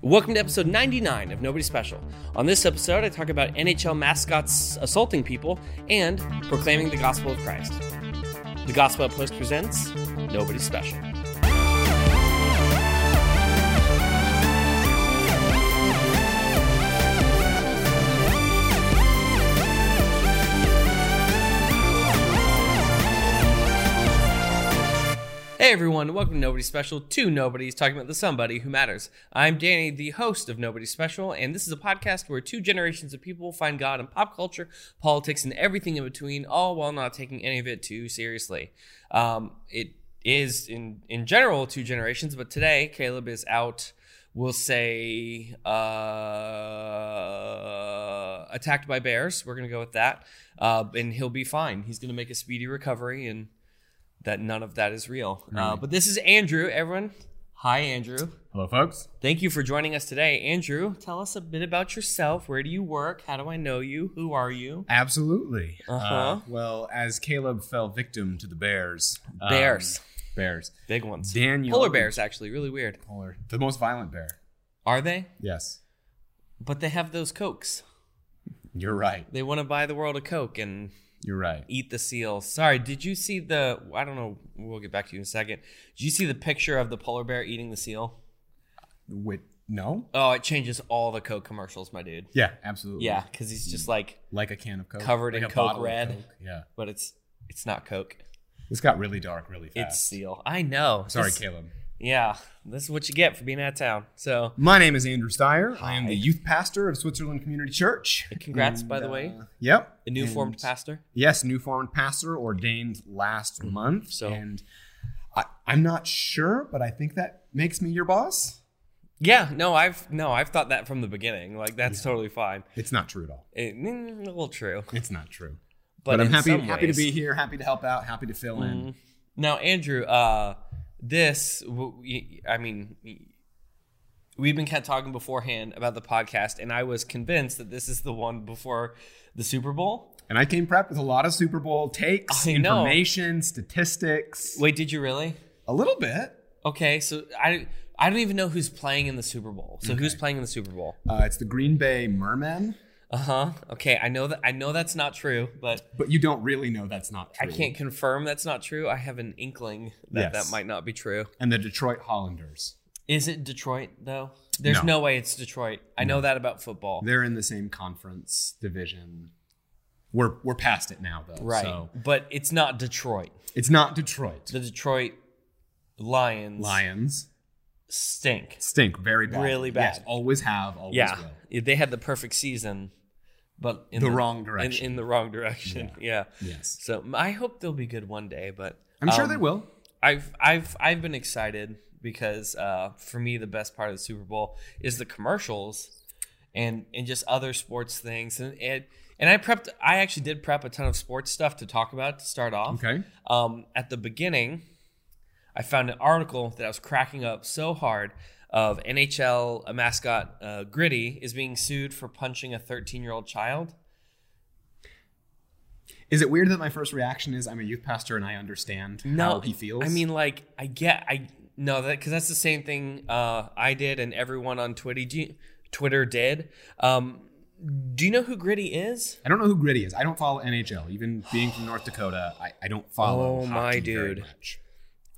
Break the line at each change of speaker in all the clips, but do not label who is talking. Welcome to episode 99 of Nobody Special. On this episode, I talk about NHL mascots assaulting people and proclaiming the gospel of Christ. The Gospel Outpost presents Nobody Special. Hey everyone, welcome to Nobody Special, two nobodies talking about the somebody who matters. I'm Danny, the host of Nobody Special, and this is a podcast where two generations of people find God in pop culture, politics, and everything in between, all while not taking any of it too seriously. Um, it is, in, in general, two generations, but today Caleb is out, we'll say, uh, attacked by bears. We're going to go with that. Uh, and he'll be fine. He's going to make a speedy recovery and that none of that is real. Uh, but this is Andrew, everyone. Hi, Andrew.
Hello, folks.
Thank you for joining us today. Andrew, tell us a bit about yourself. Where do you work? How do I know you? Who are you?
Absolutely.
Uh-huh.
Uh, well, as Caleb fell victim to the bears. um,
Bears.
bears.
Big ones.
Daniel.
Polar bears, actually. Really weird.
Polar. The most violent bear.
Are they?
Yes.
But they have those Cokes.
You're right.
They want to buy the world a Coke and
You're right.
eat the seal. Sorry, did you see the. I don't know. We'll get back to you in a second. Did you see the picture of the polar bear eating the seal?
Wait, no?
Oh, it changes all the Coke commercials, my dude.
Yeah, absolutely.
Yeah, because he's just like.
Like a can of Coke.
Covered
Like
in
a
Coke
bottle of
Red.
Coke. Yeah.
but it's it's not Coke.
This got really dark really fast.
It's Seal. I know.
Sorry,
This-
Caleb.
Yeah, this is what you get for being out of town. So
My name is Andrew Steyer. I am
Hi.
the youth pastor of Switzerland Community Church.
congrats, by the
uh,
way.
yep.
a new formed
And-
pastor.
Yes, new foreign pastor ordained last month.
Mm-hmm. So-
and I, I'm not sure, but I think that makes me your boss.
Yeah, no, I've no, I've thought that from the beginning. Like that's totally fine.
It's not true at all.
It, mm, a little true, but,
It's not true. But, I'm
in
happy
some
happy to
ways- Mm-hmm.
be here, happy to help out, happy to fill in.
Now, Andrew, uh, this, w- we- I mean, we've been kind of talking beforehand about the podcast, and I was convinced that this is the one before the Super Bowl.
And I came prepped with a lot of Super Bowl takes,
I know.
information, statistics.
Wait, did you really?
A little bit.
Okay, so I I don't even know who's playing in the Super Bowl. So who's playing in the Super Bowl?
Uh, it's the Green Bay Mermen,
Uh huh. Okay, I know that I know that's not true, but
but you don't really know that's not
I
true.
can't confirm that's not true. I have an inkling that
Yes.
that might not be true.
And the Detroit Hollanders.
Is it Detroit though? There's no,
No.
way it's Detroit. I know that about football.
They're in the same conference division. We're we're past it now though.
right,
So
but it's not Detroit.
it's not Detroit.
The Detroit Lions
Lions
stink.
stink very bad.
Really
Yes,
bad.
always have, always
Yeah,
will.
they had the perfect season, but in
The wrong direction.
In, in the wrong direction. yeah.
Yes.
So m- I hope they'll be good one day, but
I'm sure
um,
they will.
I've I've I've been excited because uh, for me the best part of the Super Bowl is the commercials and and just other sports things and and, and I prepped I actually did prep a ton of sports stuff to talk about to start off.
Okay.
Um, at the beginning, I found an article that I was cracking up so hard of NHL mascot uh, Gritty is being sued for punching a 13 year old child.
Is it weird that my first reaction is I'm a youth pastor and I understand how he feels?
I mean, like I get, I no, that because that's the same thing uh, I did and everyone on Twitter do- Twitter did. Um, do you know who Gritty is?
I don't know who Gritty is. I don't follow NHL. Even being from North Dakota, I, I don't
Oh,
follow. hockey
my
very
dude.
much.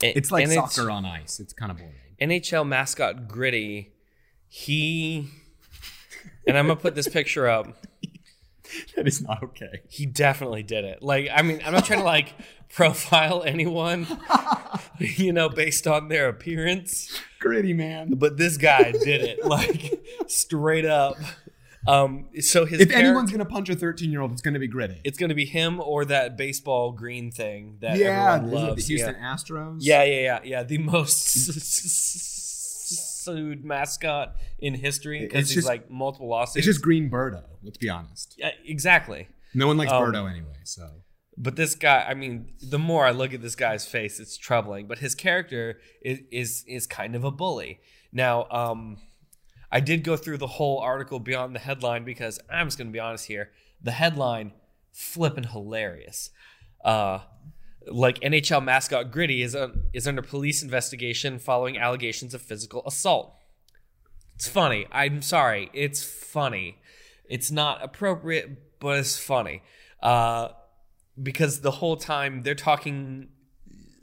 A-
It's like
and
soccer on ice. It's kind of boring.
NHL mascot Gritty. He and I'm gonna put this picture up.
That is not okay.
He definitely did it. Like, I mean, I'm not trying to like profile anyone, you know, based on their appearance.
Gritty man.
but this guy did it like straight up. Um, so his
If
character-
anyone's gonna punch a 13 year old, it's gonna be Gritty.
it's gonna be him or that baseball green thing that everyone
isn't it the
loves.
Houston
Yeah.
Astros.
yeah, yeah, yeah, yeah. The most sued mascot in history
It's
because he's
just-
like multiple lawsuits.
It's just Green Birdo. Let's be honest.
yeah, exactly.
No one likes
Um,
Birdo anyway. So
But this guy, I mean, the more I look at this guy's face, it's troubling. But his character is is is kind of a bully. Now, um, I did go through the whole article beyond the headline because I'm just going to be honest here. The headline, flippin' hilarious. Uh, like NHL mascot Gritty is un- is under police investigation following allegations of physical assault. It's funny. I'm sorry. It's funny. It's not appropriate, but it's funny. Uh, because the whole time they're talking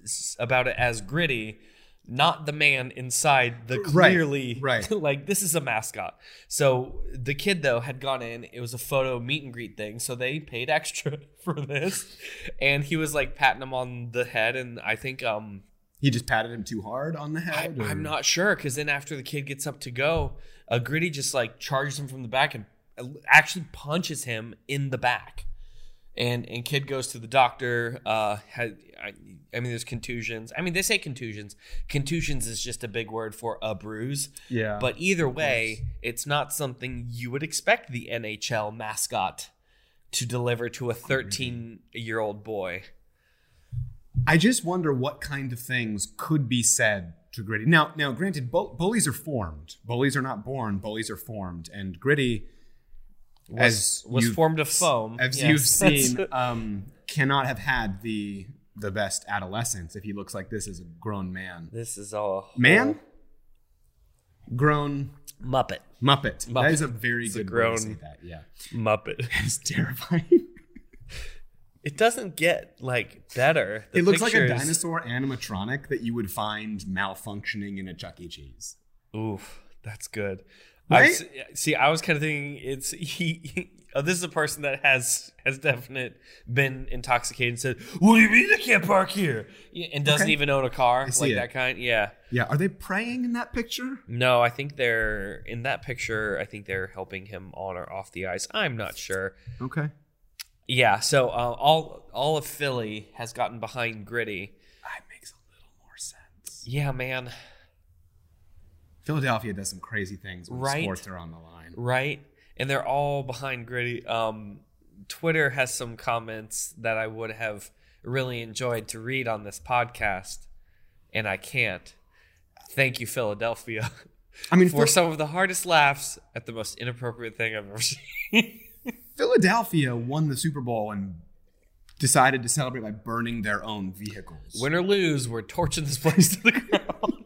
s- about it as gritty, not the man inside the
Right,
clearly
right.
like this is a mascot. So the kid though had gone in. It was a photo meet and greet thing, so they paid extra for this, and he was like patting him on the head, and I think um
He just patted him too hard on the
I,
head. or-
I'm not sure because then after the kid gets up to go, uh, Gritty just like charges him from the back and uh, actually punches him in the back. And and kid goes to the doctor. Uh, had, I, I mean, there's contusions. I mean, they say contusions. Contusions is just a big word for a bruise.
Yeah.
But either way, it's not something you would expect the NHL mascot to deliver to a 13 year old boy.
I just wonder what kind of things could be said to Gritty. Now, now, granted, bu- bullies are formed. Bullies are not born. Bullies are formed, and Gritty,
Was, was
you've-
formed of foam.
as
Yes,
you've
that's-
seen, um, cannot have had the the best adolescence if he looks like this as a grown man.
This is all a whole
Man, grown
Muppet.
Muppet.
Muppet.
That is a very
a
good way
grown-
to say that. Yeah,
Muppet.
that is terrifying.
It doesn't get like better. The
it looks like a
pictures-
dinosaur animatronic that you would find malfunctioning in a Chuck E. Cheese.
Oof, that's good.
Right?
I see, see, I was kind of thinking it's he. oh, this is a person that has has definite been intoxicated and said, "What do you mean I can't park here?" Yeah, And doesn't
Okay.
even own a car
see
like
it.
that kind. Yeah.
Yeah, are they praying in that picture?
No, I think they're in that picture. I think they're helping him on or off the ice. I'm not sure.
Okay.
Yeah. So uh, all all of Philly has gotten behind Gritty.
That makes a little more sense.
Yeah, man.
Philadelphia does some crazy things when
Right.
sports are on the line.
right? And they're all behind gritty. Um, Twitter has some comments that I would have really enjoyed to read on this podcast, and I can't. Thank you, Philadelphia,
I mean,
for
Phil-
some of the hardest laughs at the most inappropriate thing I've ever seen.
Philadelphia won the Super Bowl and decided to celebrate by burning their own vehicles.
Win or lose, we're torching this place to the ground.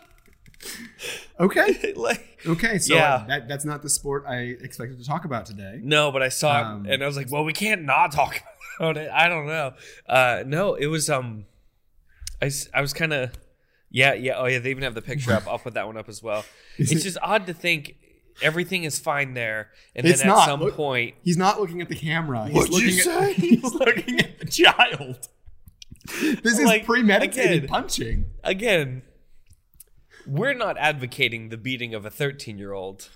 okay.
like,
Okay, so
Yeah.
uh, that, that's not the sport I expected to talk about today.
no, but I saw
Um,
it and I was like, well, we can't not talk about it. I don't know. Uh, no, it was um, I, s- I was kind of, yeah, yeah. Oh yeah, they even have the picture up. I'll put that one up as well.
Is
it's
it-
just odd to think everything is fine there, and
It's
then at
not.
some
Look-
point,
He's not looking at the camera. He's
What'd
looking
you
at,
say?
He's looking at the child. This is
Like,
premeditated
again.
punching.
again, we're not advocating the beating of a thirteen-year-old.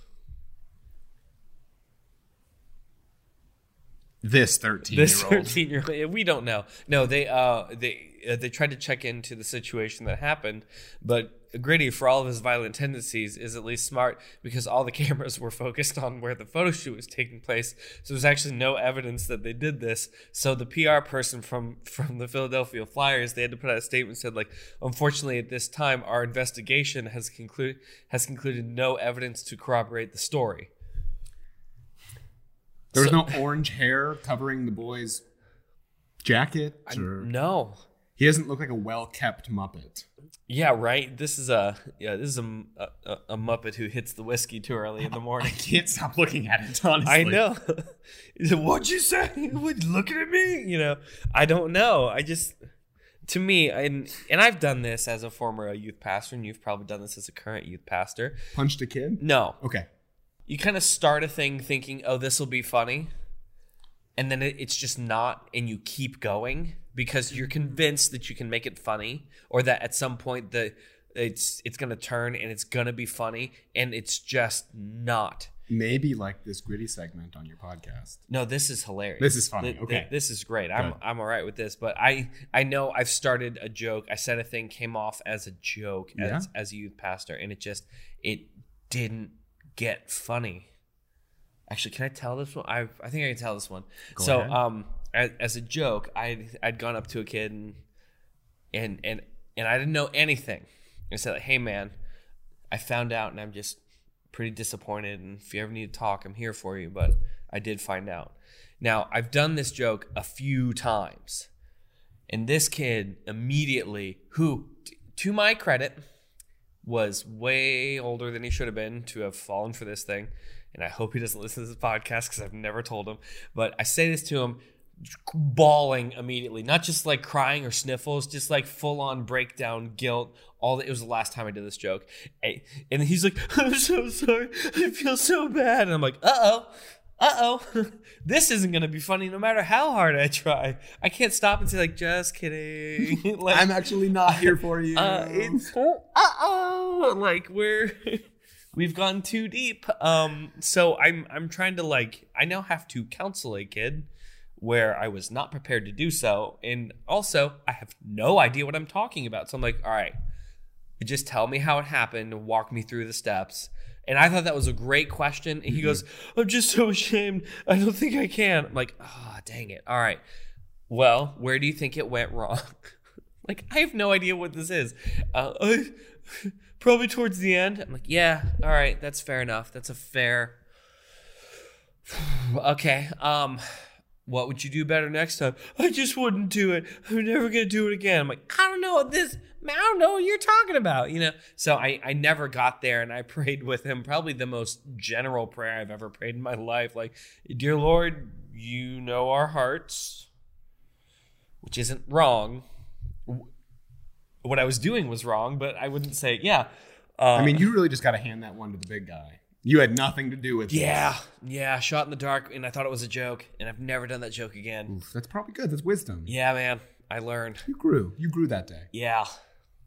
This 13
This thirteen-year-old, we don't know. No, they uh, they uh, they tried to check into the situation that happened, but. Gritty, for all of his violent tendencies, is at least smart because all the cameras were focused on where the photo shoot was taking place. So there's actually no evidence that they did this. So the PR person from from the Philadelphia Flyers, they had to put out a statement said like, unfortunately at this time our investigation has concluded has concluded no evidence to corroborate the story.
There was no orange hair covering the boy's jacket. or-
No.
he doesn't look like a well-kept Muppet.
Yeah, right. This is a yeah, this is a, m- a- a- a Muppet who hits the whiskey too early in the
I
morning.
can't stop looking at it. Honestly,
I know. He said, What'd you say? What looking at me? You know, I don't know. I just to me, and and I've done this as a former uh, youth pastor, and you've probably done this as a current youth pastor.
Punched a kid.
No,
Okay,
you kind of start a thing thinking, oh, this will be funny. And then it, it's just not, and you keep going because you're
Mm-hmm.
convinced that you can make it funny or that at some point the it's it's gonna turn and it's gonna be funny and it's just not.
maybe like this gritty segment on your podcast.
No, this is hilarious.
This is funny.
Th- th-
okay,
this is great. I'm
Good.
I'm all right with this, but I I know I've started a joke. I said a thing came off as a joke
Yeah.
as as a youth pastor, and it just it didn't get funny. Actually, can I tell this one? I I think I can tell this one.
Go
so
ahead.
um, as, as a joke, I would I'd gone up to a kid and and and and I didn't know anything. I said, like, "Hey, man, I found out, and I'm just pretty disappointed. And if you ever need to talk, I'm here for you. But I did find out. Now I've done this joke a few times, and this kid immediately, who t- to my credit, was way older than he should have been to have fallen for this thing. And I hope he doesn't listen to this podcast because I've never told him. But I say this to him bawling immediately, not just like crying or sniffles, just like full on breakdown, guilt. All that it was the last time I did this joke, I- and he's like, "I'm so sorry, I feel so bad," and I'm like, "Uh oh, uh oh, this isn't gonna be funny no matter how hard I try. I can't stop and say like, just kidding." like,
I'm actually not here for you.
uh, it's uh oh, like we're we've gone too deep. Um, so I'm I'm trying to like I now have to counsel a kid where I was not prepared to do so, and also I have no idea what I'm talking about. So I'm like, all right, just tell me how it happened, walk me through the steps. And I thought that was a great question. And he goes, I'm just so ashamed. I don't think I can. I'm like, ah, dang it. All right. Well, where do you think it went wrong? like, I have no idea what this is. Uh, I, probably towards the end. I'm like, yeah, all right, that's fair enough. That's a fair. okay. Um, what would you do better next time? I just wouldn't do it. I'm never gonna do it again. I'm like, I don't know what this. I don't know what you're talking about. You know. So I I never got there, and I prayed with him. Probably the most general prayer I've ever prayed in my life. Like, dear Lord, you know our hearts, which isn't wrong. W- What I was doing was wrong, but I wouldn't say yeah. Uh,
I mean, you really just got to hand that one to the big guy. You had nothing to do with
yeah, yeah. Shot in the dark, and I thought it was a joke, and I've never done that joke again.
it. Oof, that's probably good. That's wisdom.
Yeah, man. I learned.
You grew. You grew that day.
Yeah.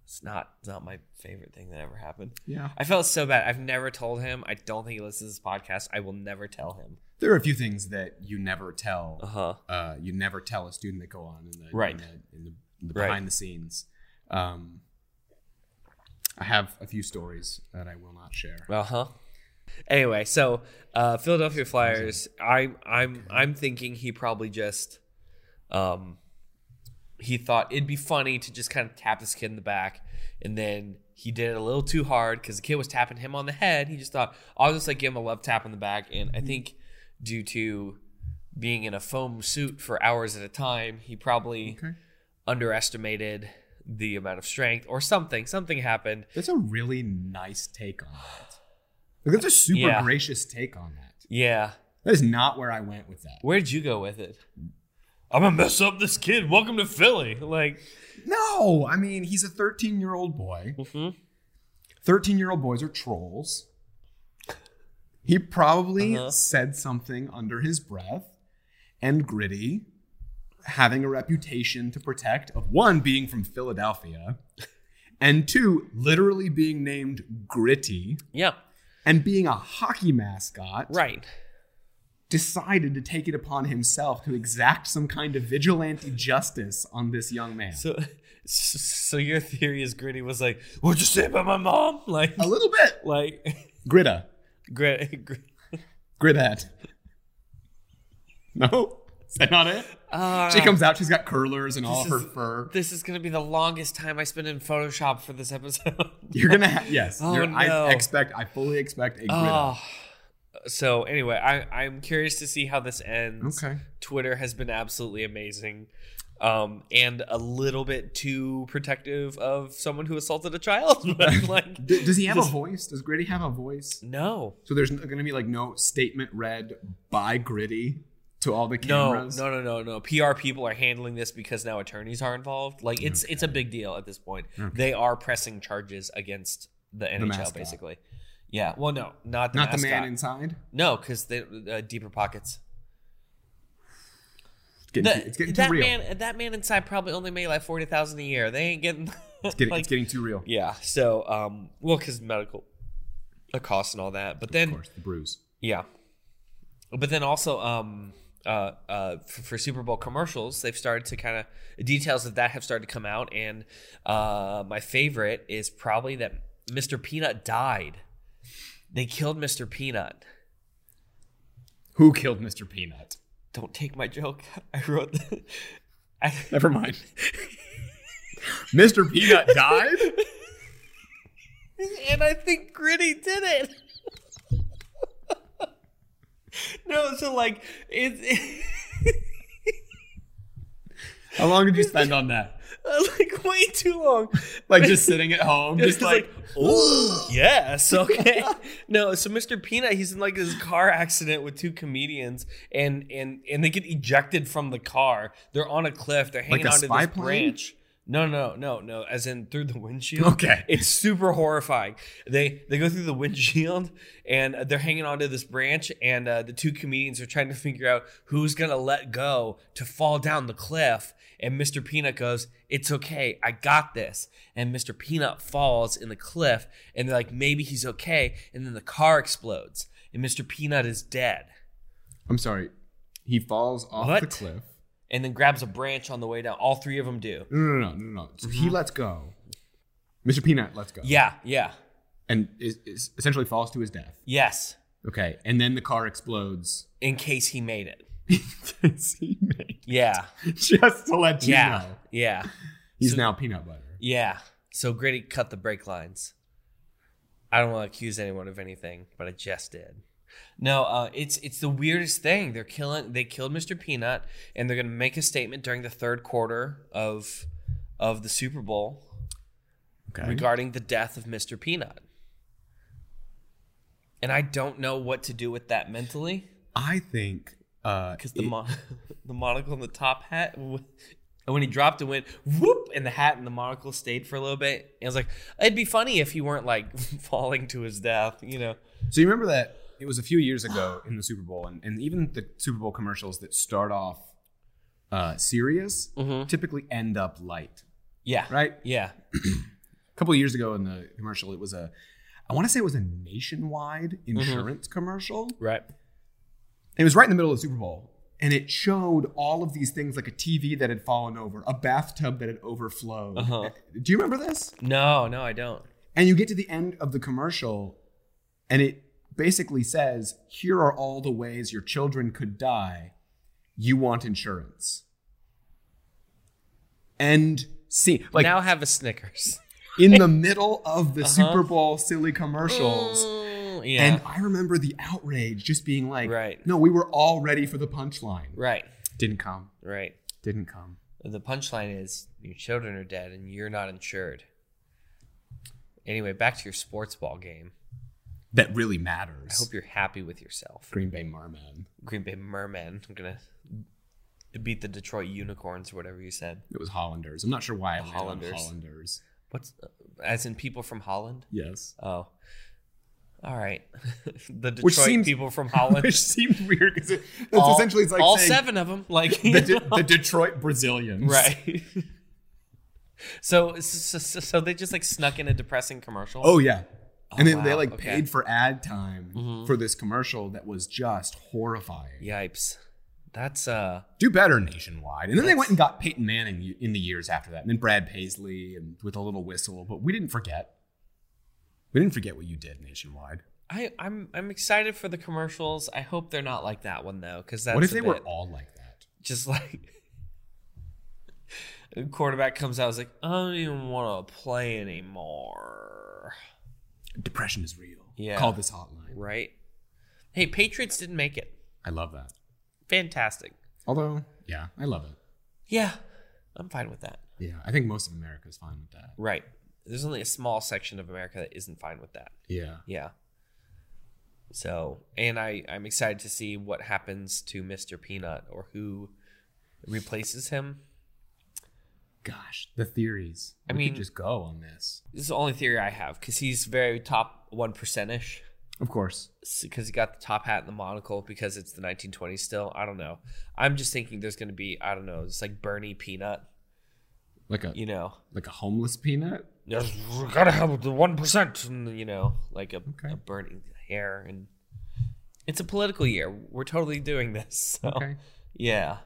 It's not it's not my favorite thing that ever happened.
Yeah.
I felt so bad. I've never told him. I don't think he listens to this podcast. I will never tell him.
There are a few things that you never tell
Uh-huh.
uh, you never tell a student that go on in the
Right.
in the, in the, in the
Right.
behind the scenes. Um, I have a few stories that I will not share.
Uh-huh. Anyway, so uh Philadelphia Flyers, I'm I'm I'm thinking he probably just um he thought it'd be funny to just kind of tap this kid in the back and then he did it a little too hard because the kid was tapping him on the head. He just thought, I'll just like give him a love tap on the back. And I think due to being in a foam suit for hours at a time, he probably
Okay.
underestimated the amount of strength or something. Something happened.
That's a really nice take on that. Like, that's a super
Yeah.
gracious take on that.
Yeah.
That is not where I went with that.
Where'd you go with it? I'm gonna mess up this kid. Welcome to Philly. Like,
No, I mean he's a 13 year old boy.
Mm-hmm.
13 year old boys are trolls. He probably
Uh-huh.
said something under his breath and gritty, having a reputation to protect of one being from Philadelphia and two literally being named Gritty
yeah,
and being a hockey mascot.
right.
Decided to take it upon himself to exact some kind of vigilante justice on this young man.
So, so your theory is gritty was like, what'd you say about my mom? Like,
a little bit.
like,
Gritta.
grit, grit.
Grithead. No? Is that not it?
Uh,
She comes out, she's got curlers and all
This
of her
is-
fur.
This is gonna be the longest time I spend in Photoshop for this episode.
You're gonna have yes.
Oh,
you're-
no.
I expect I fully expect a Gritta.
oh. So anyway, I, I'm curious to see how this ends.
okay.
Twitter has been absolutely amazing um, and a little bit too protective of someone who assaulted a child. But like,
D- does he have
This-
a voice? Does Gritty have a voice?
no,
So there's gonna be like no statement read by Gritty to all the
no,
cameras.
no, no, no, no. PR people are handling this because now attorneys are involved. Like, it's it's a big deal at this point. They are pressing charges against the NHL,
mascot.
basically. Yeah. Well, no, not the
Not the man
mascot.
inside.
No, because they uh, deeper pockets.
It's getting,
The-
too, it's getting
that
too real.
man, that man inside probably only made like forty thousand a year. They ain't getting.
it's, getting, it's getting too real.
Yeah. So, um, well, because medical the costs and all that, but
Of
then
course, the bruise.
yeah, but then also, um, uh, uh, for, for Super Bowl commercials, they've started to kind of details of that have started to come out, and uh, my favorite is probably that Mr. Peanut died. They killed Mr. Peanut.
Who killed Mr. Peanut?
Don't take my joke. I wrote. The, I,
Never mind. Mr. Peanut died?
and I think Gritty did it. no, so like it's.
How long did you spend on that?
like way too long.
Like just sitting at home,
Just
just
like,
like,
oh yes, okay. no, so Mr. Peanut, he's in like this car accident with two comedians, and and and they get ejected from the car. They're on a cliff. They're hanging
Like a
onto
spy
this
plane?
branch. No, no, no, no. As in through the windshield.
okay.
It's super horrifying. They they go through the windshield and they're hanging onto this branch, and uh, the two comedians are trying to figure out who's gonna let go to fall down the cliff. And Mr. Peanut goes, "It's okay, I got this." And Mr. Peanut falls in the cliff, and they're like, "Maybe he's okay." And then the car explodes, and Mr. Peanut is dead.
I'm sorry. He falls off the
What?
cliff.
And then grabs a branch on the way down. All three of them do.
No, no, no, no, no. So He lets go. Mr. Peanut lets go.
Yeah, yeah,
And is, is essentially falls to his death.
yes.
Okay. And then the car explodes.
In case he made it.
See, mate,
Yeah,
Just to let you
yeah,
know.
yeah.
He's
So-
now peanut butter.
Yeah. So Gritty cut the brake lines. I don't want to accuse anyone of anything, but I just did. No, uh, it's it's the weirdest thing. They're killing. They killed Mr. Peanut, and they're going to make a statement during the third quarter of of the Super Bowl
Okay.
regarding the death of Mr. Peanut. And I don't know what to do with that mentally
I think uh,
because the
it-
mon- the monocle and the top hat. w- And when he dropped, it went whoop, and the hat and the monocle stayed for a little bit. And I was like, it'd be funny if he weren't like falling to his death, you know?
So you remember that it was a few years ago in the Super Bowl, and, and even the Super Bowl commercials that start off uh, serious
Mhm.
typically end up light,
Yeah,
right?
yeah,
A couple of years ago in the commercial, it was a, I want to say it was a nationwide
Mm-hmm.
insurance commercial.
right.
It was right in the middle of the Super Bowl. And it showed all of these things like a TV that had fallen over, a bathtub that had overflowed.
Uh-huh.
Do you remember this?
No, no, I don't.
And you get to the end of the commercial, and it basically says, Here are all the ways your children could die. You want insurance. And see, like
now have a Snickers.
in the middle of the Super Bowl silly commercials.
Mm,
And
yeah,
I remember the outrage just being like,
Right.
No, we were all ready for the punchline.
right,
Didn't come.
right.
Didn't come.
The punchline is your children are dead and you're not insured. Anyway, back to your sports ball game.
That really
I
matters.
hope you're happy with yourself.
Green Bay Merman.
Green Bay Mermen. I'm gonna beat the Detroit Unicorns or whatever you said.
It was Hollanders. I'm not sure why I landed on
Hollanders.
Hollanders.
What's as in people from Holland?
Yes.
Oh, all right. the Detroit
Which seems-
people from Holland.
which seems weird because it, it's
all
essentially it's like
all
saying
seven of them. Like
the, De- the Detroit Brazilians.
right. so, so so so they just like snuck in a depressing commercial.
Oh yeah. and then they
wow,
like
okay. Mm-hmm.
paid for ad time for this commercial that was just horrifying.
yipes! That's uh
Do better nationwide. And then they went and got Peyton Manning y- in the years after that, and then Brad Paisley, and with a little whistle. But we didn't forget. We didn't forget what you did nationwide.
I I'm I'm excited for the commercials. I hope they're not like that one though, because that's
what if
a
they were
bit-
all like that?
just like the quarterback comes out is like i don't even want to play anymore
Depression is real.
Yeah.
Call this hotline.
right hey patriots didn't make it
I love that.
fantastic
Although, yeah, I love it.
yeah i'm fine with that
Yeah, I think most of America is fine with that.
right there's only a small section of america that isn't fine with that
Yeah.
yeah so and i i'm excited to see what happens to mr peanut or who replaces him
Gosh, the theories.
I
We could
mean-
just go on this.
this is the only theory i have because he's very top one percentish
Of course.
because he got the top hat and the monocle because it's the 1920s still. I don't know. I'm just thinking there's going to be I don't know. It's like Bernie Peanut,
Like a
you know.
like a homeless peanut.
Yes, we gotta have the one percent, you know, like a,
Okay.
a Bernie hair, and it's a political year. We're totally doing this. So
Okay.
yeah,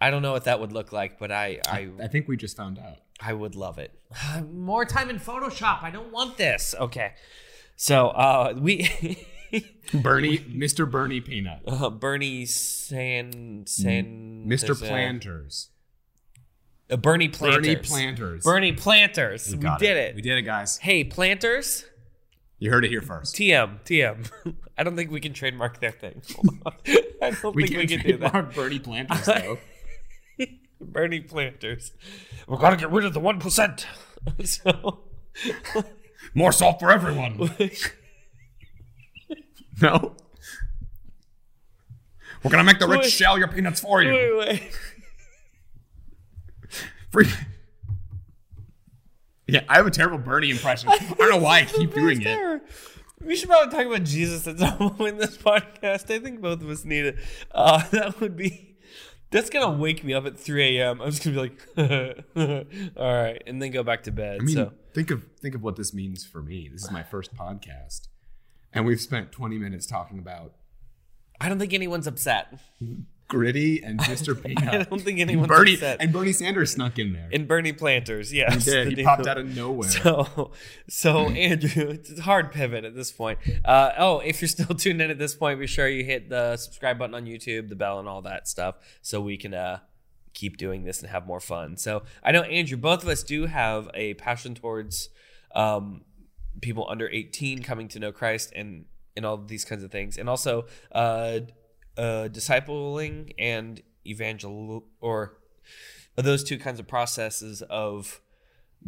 I don't know what that would look like, but I I
I think we just found out.
I would love it. More time in Photoshop. I don't want this. Okay, so uh, we.
Bernie, Mr. Bernie Peanut,
Uh, Bernie San San
Mr.
there's a-
Planters,
uh, Bernie Planters.
Bernie Planters.
Bernie Planters. We,
Got
did it.
We did it, guys.
Hey Planters.
You heard it here first.
TM TM. I don't think we can trademark their thing. I don't
We
think
can
we can do that.
trademark Bernie Planters though.
Bernie Planters. We're gonna get rid of the one percent. So
More salt for everyone. no. We're gonna make the rich
Wait.
shell your peanuts for you.
anyway,
Free. Yeah, I have a terrible Bernie impression. I don't know why I keep doing it.
We should probably talk about Jesus at some point in this podcast. I think both of us need it. Uh, that would be. That's gonna wake me up at 3 a.m. I'm just gonna be like, all right, and then go back to bed.
I mean,
so
think of think of what this means for me. This is my first podcast, and we've spent 20 minutes talking about
I don't think anyone's upset.
Gritty and Mr.
I
Peanut,
don't think anyone's
Bernie,
upset.
and Bernie Sanders snuck in there.
and Bernie Planters, yes,
He did.
the
He
dude
popped
who-
out of nowhere.
So, so Andrew, it's a hard pivot at this point. Uh, oh, if you're still tuned in at this point, be sure you hit the subscribe button on YouTube, the bell, and all that stuff, so we can uh, keep doing this and have more fun. So, I know Andrew, both of us do have a passion towards um, people under 18 coming to know Christ and and all these kinds of things, and also uh, uh, discipling and evangel or those two kinds of processes of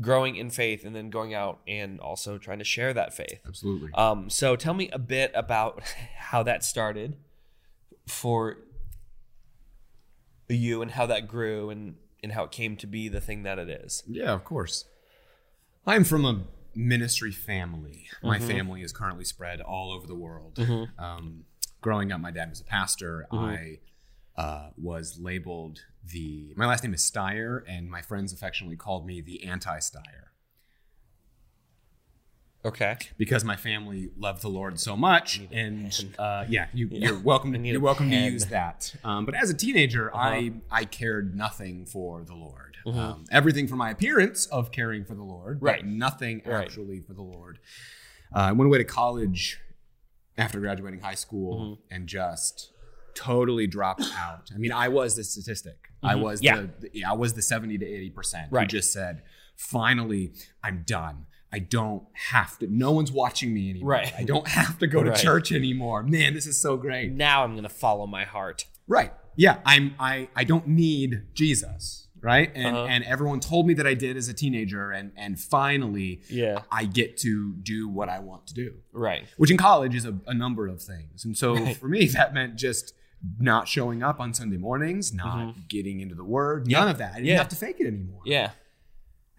growing in faith and then going out and also trying to share that faith.
Absolutely.
Um, so tell me a bit about how that started for you and how that grew and, and how it came to be the thing that it is.
Yeah, of course. I'm from a ministry family. My family is currently spread all over the world. Um, growing up, my dad was a pastor. I uh, was labeled the. My last name is Steyer, and my friends affectionately called me the anti Steyer
Okay.
because my family loved the Lord so much. And uh, yeah, you, you're welcome.
I need a
You're welcome to
pen. Uh-huh.
use that. Um, but as a teenager, I I cared nothing for the Lord. Um, everything for my appearance of caring for the Lord,
Mm-hmm. Right.
But nothing
Right.
actually for the Lord. Uh, I went away to college after graduating high
Mm-hmm.
school and just totally dropped out. I mean, I was the statistic. I
Mhm.
was
Yeah.
the, the- yeah, I was the 70 to 80% who
Right.
just said, "Finally, I'm done. I don't have to no one's watching me anymore.
Right.
I don't have to go to
Right.
church anymore. Man, this is so great."
Now I'm going to follow my heart.
Right. Yeah, I'm I I don't need Jesus, right? And
Uh-huh.
and everyone told me that I did as a teenager and and finally
Yeah.
I get to do what I want to do
Right.
which in college is a, a number of things. And so for me, that meant just not showing up on Sunday mornings, not getting into the word, none of that. I didn't
Mm-hmm. Yeah.
have to fake it anymore.
Yeah.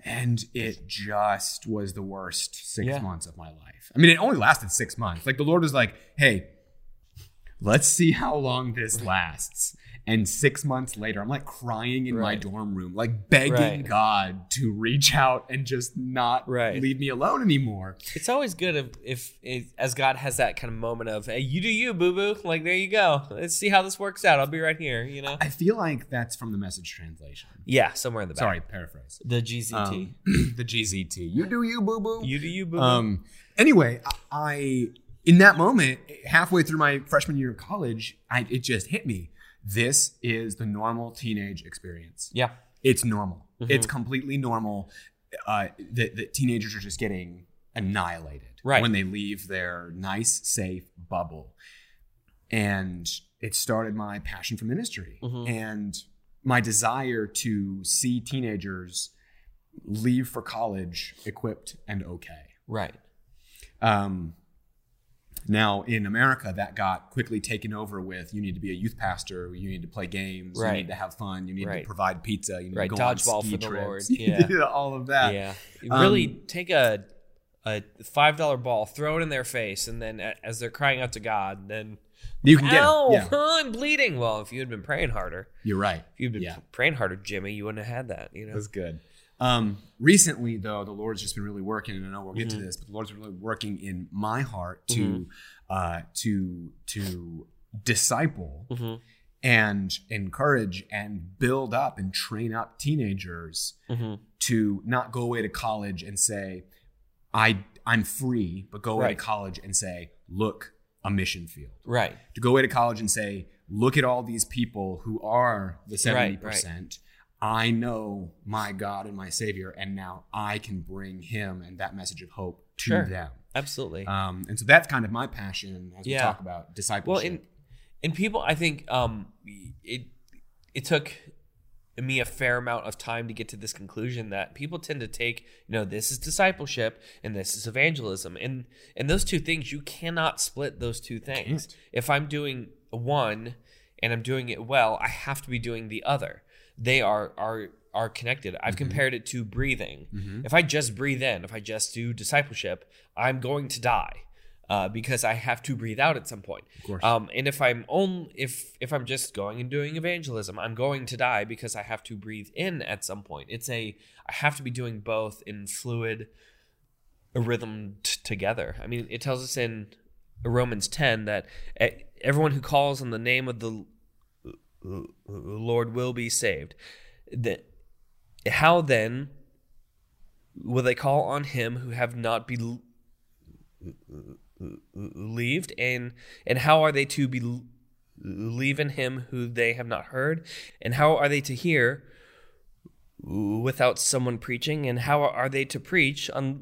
And it just was the worst six
Yeah.
months of my life. I mean, it only lasted six months. Like the Lord was like, hey, let's see how long this lasts. And six months later, I'm like crying in my
Right.
dorm room, like begging
Right.
God to reach out and just not
Right.
leave me alone anymore.
It's always good if, if, if as God has that kind of moment of, hey, you do you, boo boo. Like, there you go. Let's see how this works out. I'll be right here, you know?
I feel like that's from the message translation.
Yeah, somewhere in the back.
Sorry, paraphrase.
The GZT.
Um, the GZT. You do you, boo boo.
you do you, boo boo.
Um. Anyway, I, I in that moment, halfway through my freshman year of college, I, it just hit me. This is the normal teenage experience.
yeah.
It's normal.
Mhm.
It's completely normal uh, that, that teenagers are just getting annihilated
Right.
when they leave their nice, safe bubble. And it started my passion for ministry
Mhm.
and my desire to see teenagers leave for college equipped and okay.
Right.
Um, now in America, that got quickly taken over with you need to be a youth pastor, you need to play games,
Right.
you need to have fun, you need
Right.
to provide pizza, you need
Right,
to go on
dodgeball
ski
for the
trips,
Lord. Yeah.
all of that.
yeah.
um,
Really take a a five dollar ball, throw it in their face, and then a- as they're crying out to God, then
You can get
ow,
it. Yeah,
I'm bleeding. Well, if you had been praying harder,
you're right.
if you'd been
Yeah.
praying harder, Jimmy, you wouldn't have had that. You know.
That's good. Um, recently, though, the Lord's just been really working, and I know we'll get
Mm-hmm.
to this, but the Lord's been really working in my heart to uh, to to disciple
Mhm.
and encourage and build up and train up teenagers
Mhm.
to not go away to college and say, I I'm free, but go away
Right.
to college and say, look, a mission field.
Right.
To go away to college and say, look at all these people who are the 70%.
Right,
I know my God and my Savior, and now I can bring him and that message of hope to
Sure.
them.
Absolutely.
Um, and so that's kind of my passion as we
Yeah.
talk about discipleship.
Well, and and people, I think um, it it took me a fair amount of time to get to this conclusion that people tend to take you know this is discipleship and this is evangelism and and those two things you cannot split those two things
Can't.
if i'm doing one and i'm doing it well i have to be doing the other they are are are connected i've compared it to breathing if i just breathe in if i just do discipleship i'm going to die uh, because i have to breathe out at some point
Of course.
um, and if I'm on, if if I'm just going and doing evangelism, I'm going to die because I have to breathe in at some point. It's a I have to be doing both in fluid a rhythm t- together. I mean, it tells us in Romans ten that eh, everyone who calls on the name of the l- l- Lord will be saved. That how then will they call on him who have not be believed and and how are they to be believe in him who they have not heard and how are they to hear without someone preaching and how are they to preach un-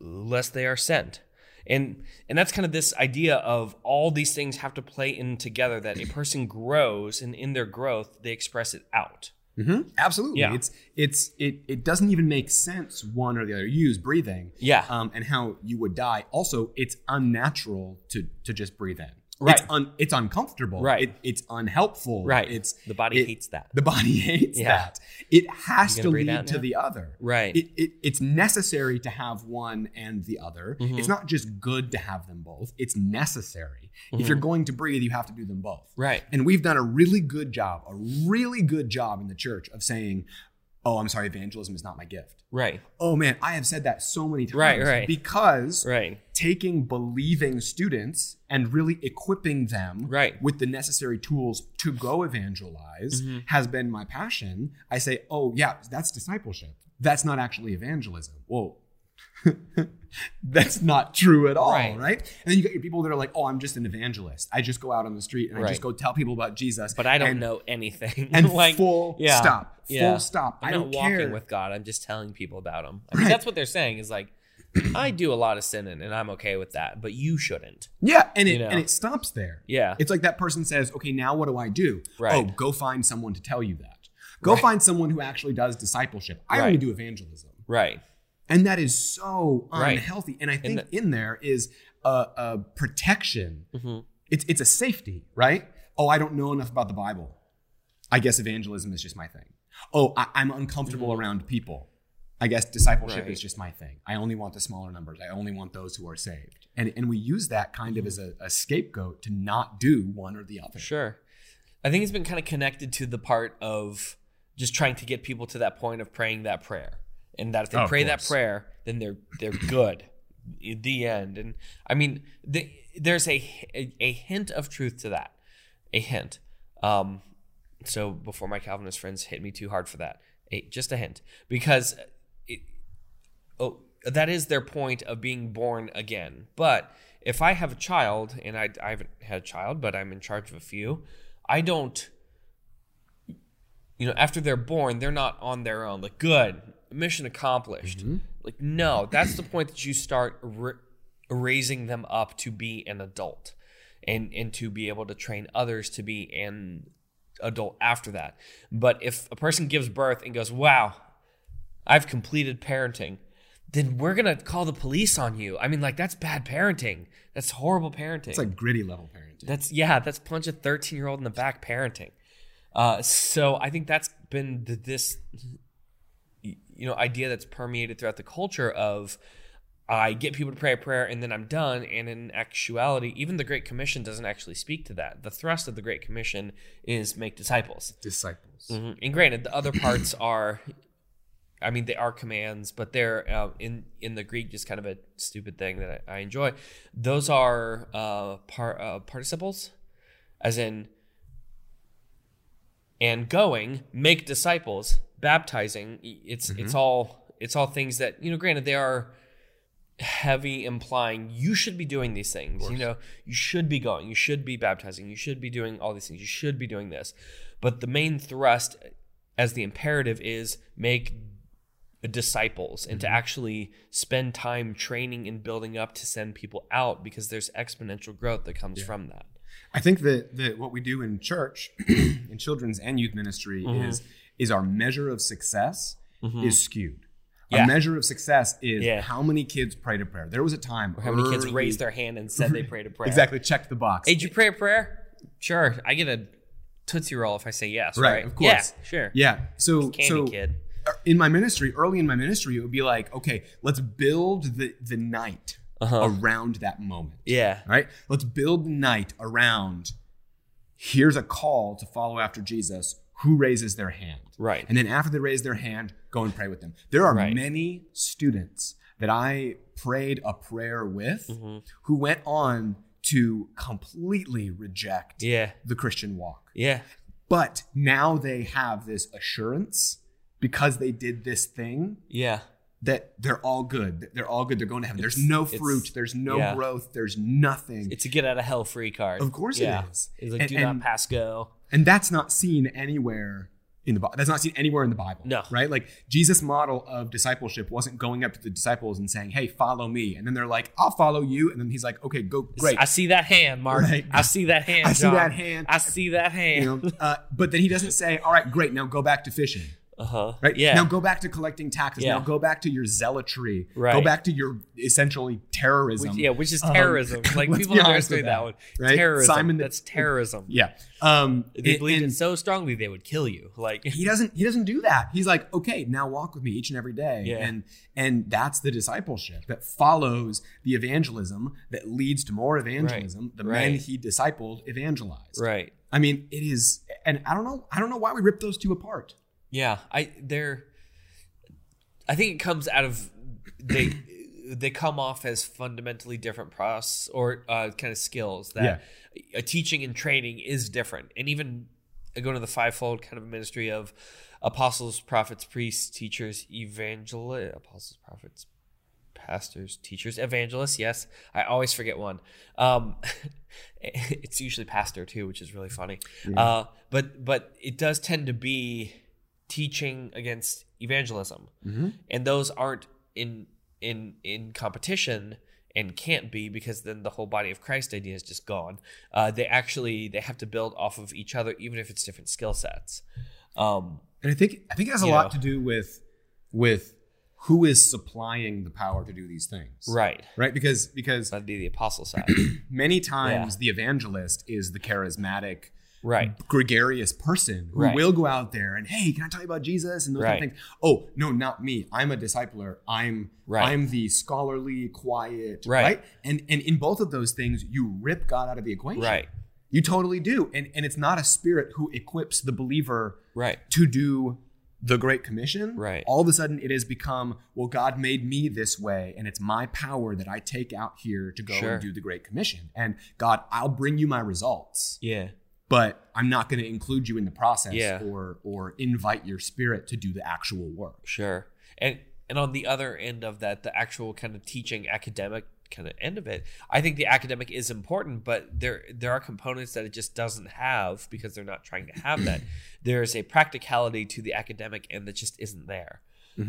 unless they are sent and and that's kind of this idea of all these things have to play in together that a person grows and in their growth they express it out
Mhm. Absolutely.
Yeah.
It's it's it it doesn't even make sense one or the other. You use breathing.
Yeah.
Um, and how you would die. Also, it's unnatural to to just breathe in.
Right.
It's, un, it's uncomfortable.
Right.
It, it's unhelpful.
Right.
It's
The body
it-
hates that.
The body hates
Yeah.
that. It has
You
to
gonna breathe
lead
out
to
now?
the other.
Right.
It, it it's necessary to have one and the other.
Mm-hmm.
It's not just good to have them both. It's necessary. If you're going to breathe, you have to do them both.
Mm-hmm. right
And we've done a really good job, a really good job in the church of saying, oh, I'm sorry, evangelism is not my gift.
right
Oh man, I have said that so many times.
Right, right.
Because
right
taking believing students and really equipping them
Right. Mm-hmm.
with the necessary tools to go evangelize has been my passion. I say, oh yeah, that's discipleship. That's not actually evangelism. Whoa. that's not true at all,
Right.
right? And then you got your people that are like, "Oh, I'm just an evangelist. I just go out on the street and I
Right.
just go tell people about Jesus."
but i don't
and,
know anything
And full
yeah,
stop.
yeah.
Full stop.
I'm
I
not
don't
walking
care.
with God. I'm just telling people about Him. I mean, that's what they're saying is like, I do a lot of sinning and I'm okay with that, but you shouldn't.
yeah, and it
you know.
and it stops there.
Yeah.
It's like that person says, okay, now what do I do?
Right.
Oh, go find someone to tell you that. Go find someone who actually does discipleship. I only
Right.
do evangelism.
right.
And that is so
Right.
unhealthy. And I think
the-
in there is a, a protection.
Mhm.
It's, it's a safety, right? Oh, I don't know enough about the Bible. I guess evangelism is just my thing. Oh, I, I'm uncomfortable around people. I guess discipleship
Mm-hmm. Right.
is just my thing. I only want the smaller numbers. I only want those who are saved. And, and we use that kind of as
Mm-hmm.
a, a scapegoat to not do one or the other.
Sure. I think it's been kind of connected to the part of just trying to get people to that point of praying that prayer, and that if they
Oh, of
pray that
course.
prayer, then they're they're good. the end. And I mean, the, there's a, a a hint of truth to that, a hint. Um, so before my Calvinist friends hit me too hard for that, a, just a hint because it, oh, that is their point of being born again. But if I have a child, and I, I haven't had a child, but I'm in charge of a few, I don't, you know, after they're born, they're not on their own. Like, good, mission accomplished.
Mm-hmm.
Like, no, that's the point that you start ra- raising them up to be an adult and, and to be able to train others to be an adult after that. But if a person gives birth and goes, wow, I've completed parenting, then we're gonna call the police on you. I mean, like that's bad parenting. That's horrible parenting.
It's like gritty level parenting.
that's yeah, that's punch a thirteen year old in the back parenting. Uh, so I think that's been th- this, y- you know, idea that's permeated throughout the culture of I get people to pray a prayer and then I'm done. And in actuality, even the Great Commission doesn't actually speak to that. The thrust of the Great Commission is make disciples.
Disciples.
Mhm. And granted, the other parts are, I mean, they are commands, but they're uh, in in the Greek just kind of a stupid thing that I, I enjoy. Those are uh, par, uh, participles, as in, and going make disciples, baptizing. y- It's it's all it's all things that you know. Granted, they are heavy implying you should be doing these things you know you should be going you should be baptizing you should be doing all these things you should be doing this but the main thrust as the imperative is make disciples and
Mm-hmm.
to actually spend time training and building up to send people out because there's exponential growth that comes from that
I think that, that what we do in church, in children's and youth ministry,
Mhm.
is is our measure of success
Mhm.
is skewed.
Yeah.
A measure of success is
Yeah.
how many kids prayed a prayer. There was a time
Or how many kids
early-
raised their hand and said they prayed a prayer?
exactly checked the box.
Hey, did you pray a prayer? Sure. I get a Tootsie Roll if I say yes,
Right,
right?
of course.
Yeah, sure.
yeah. So
Candy
so
kid.
in my ministry, early in my ministry, it would be like, okay, let's build the the night
Uh-huh.
around that moment.
Yeah.
All right? Let's build the night around here's a call to follow after Jesus. Who raises their hand?
Right.
And then after they raise their hand, go and pray with them. There are
Right.
many students that I prayed a prayer with
Mhm.
who went on to completely reject
Yeah.
the Christian walk.
Yeah.
But now they have this assurance because they did this thing
Yeah.
that they're all good. that They're all good. They're going to heaven.
It's-
there's no
it's-
fruit. There's no
yeah.
growth. There's nothing.
It's a get out of hell free card.
of course
yeah.
it is.
It's like
And-
do
and-
not pass go.
and that's not seen anywhere in the Bible. That's not seen anywhere in the Bible.
No.
Right? Like Jesus' model of discipleship wasn't going up to the disciples and saying, "Hey, follow me," and then they're like, "I'll follow you," and then he's like, "Okay, go, great."
I see that hand, Mark.
Right.
I see that hand.
I see
John.
that hand.
I see that hand.
You know, uh, but then he doesn't say, "All right, great. Now go back to fishing."
uh huh.
Right?
Yeah.
Now go back to collecting taxes.
Yeah.
Now go back to your zealatry. Go
Right.
back to your essentially terrorism.
which, yeah, which is
Um,
terrorism. like
let's
people
be honest with
underestimate that, one.
right?
Terrorism.
Simon the-
That's terrorism.
Yeah. Um,
They
and-
believed
and-
it so strongly they would kill you. Like
he doesn't he doesn't do that he's like okay now walk with me each and every day
Yeah.
and and that's the discipleship that follows the evangelism that leads to more evangelism the men
Right.
he discipled evangelized
right.
i mean it is and i don't know i don't know why we ripped those two apart
Yeah, I they're I think it comes out of they they come off as fundamentally different process or uh, kind of skills that a teaching and training is different, and even going to the fivefold kind of ministry of apostles, prophets, priests, teachers, evangelists, apostles, prophets, pastors, teachers, evangelists. Yes, I always forget one. Um, it's usually pastor too, which is really funny. Uh, but but it does tend to be teaching against evangelism, and those aren't in in in competition and can't be because then the whole body of Christ idea is just gone. Uh, they actually they have to build off of each other, even if it's different skill sets. Um,
and i think i think it has a
You
lot
know.
to do with with who is supplying the power to do these things
right,
right because because
that'd be the apostle side.
many times the evangelist is the charismatic
right,
gregarious person who
Right.
will go out there and hey, can I tell you about Jesus and those kind
Right.
of things? Oh no, not me. I'm a discipler. I'm
Right.
I'm the scholarly, quiet,
Right.
And and in both of those things, you rip God out of the equation.
right,
You totally do. And and it's not a spirit who equips the believer
right,
to do the Great Commission.
Right.
All of a sudden, it has become well, God made me this way, and it's my power that I take out here to go
Sure.
and do the Great Commission. And God, I'll bring you my results
yeah,
but I'm not going to include you in the process
Yeah.
or or invite your spirit to do the actual work.
sure. And and on the other end of that, the actual kind of teaching academic kind of end of it, I think the academic is important, but there there are components that it just doesn't have because they're not trying to have that. There is a practicality to the academic end that just isn't there.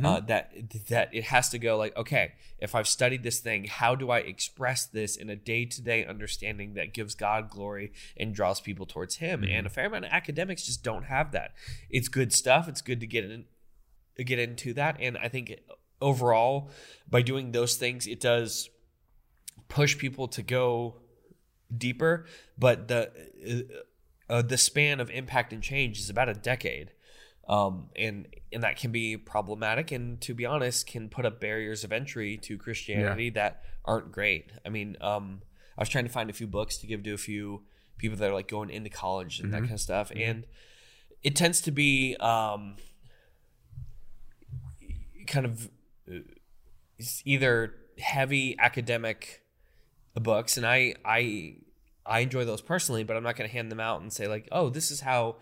uh, that that it has to go like okay if i've studied this thing how do i express this in a day-to-day understanding that gives god glory and draws people towards him
Mhm.
and a fair amount of academics just don't have that it's good stuff it's good to get in get into that and i think overall by doing those things it does push people to go deeper but the uh, uh, the span of impact and change is about a decade um, and and that can be problematic and to be honest can put up barriers of entry to christianity that aren't great i mean um, i was trying to find a few books to give to a few people that are like going into college and that
Mhm.
kind of stuff and it tends to be um, kind of uh, it's either heavy academic books and i i i enjoy those personally but i'm not going to hand them out and say like oh this is how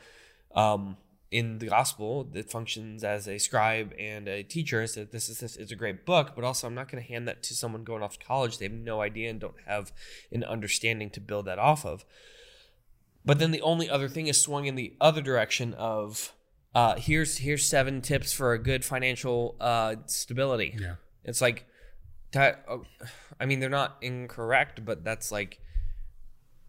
um in the gospel that functions as a scribe and a teacher so this is this is a great book but also i'm not going to hand that to someone going off to college they have no idea and don't have an understanding to build that off of but then the only other thing is swung in the other direction of uh, here's here's seven tips for a good financial uh, stability.
Yeah.
It's like that. oh, I mean, they're not incorrect, but that's like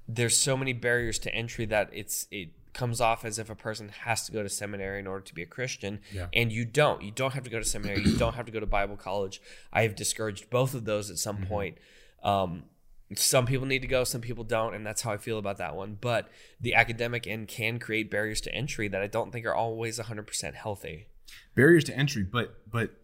there's so many barriers to entry that it's it comes off as if a person has to go to seminary in order to be a Christian
Yeah.
and you don't you don't have to go to seminary you don't have to go to Bible college I have discouraged both of those at
Mm-hmm.
some point um some people need to go some people don't and that's how I feel about that one but the academic end can create barriers to entry that I don't think are always 100% healthy
barriers to entry but but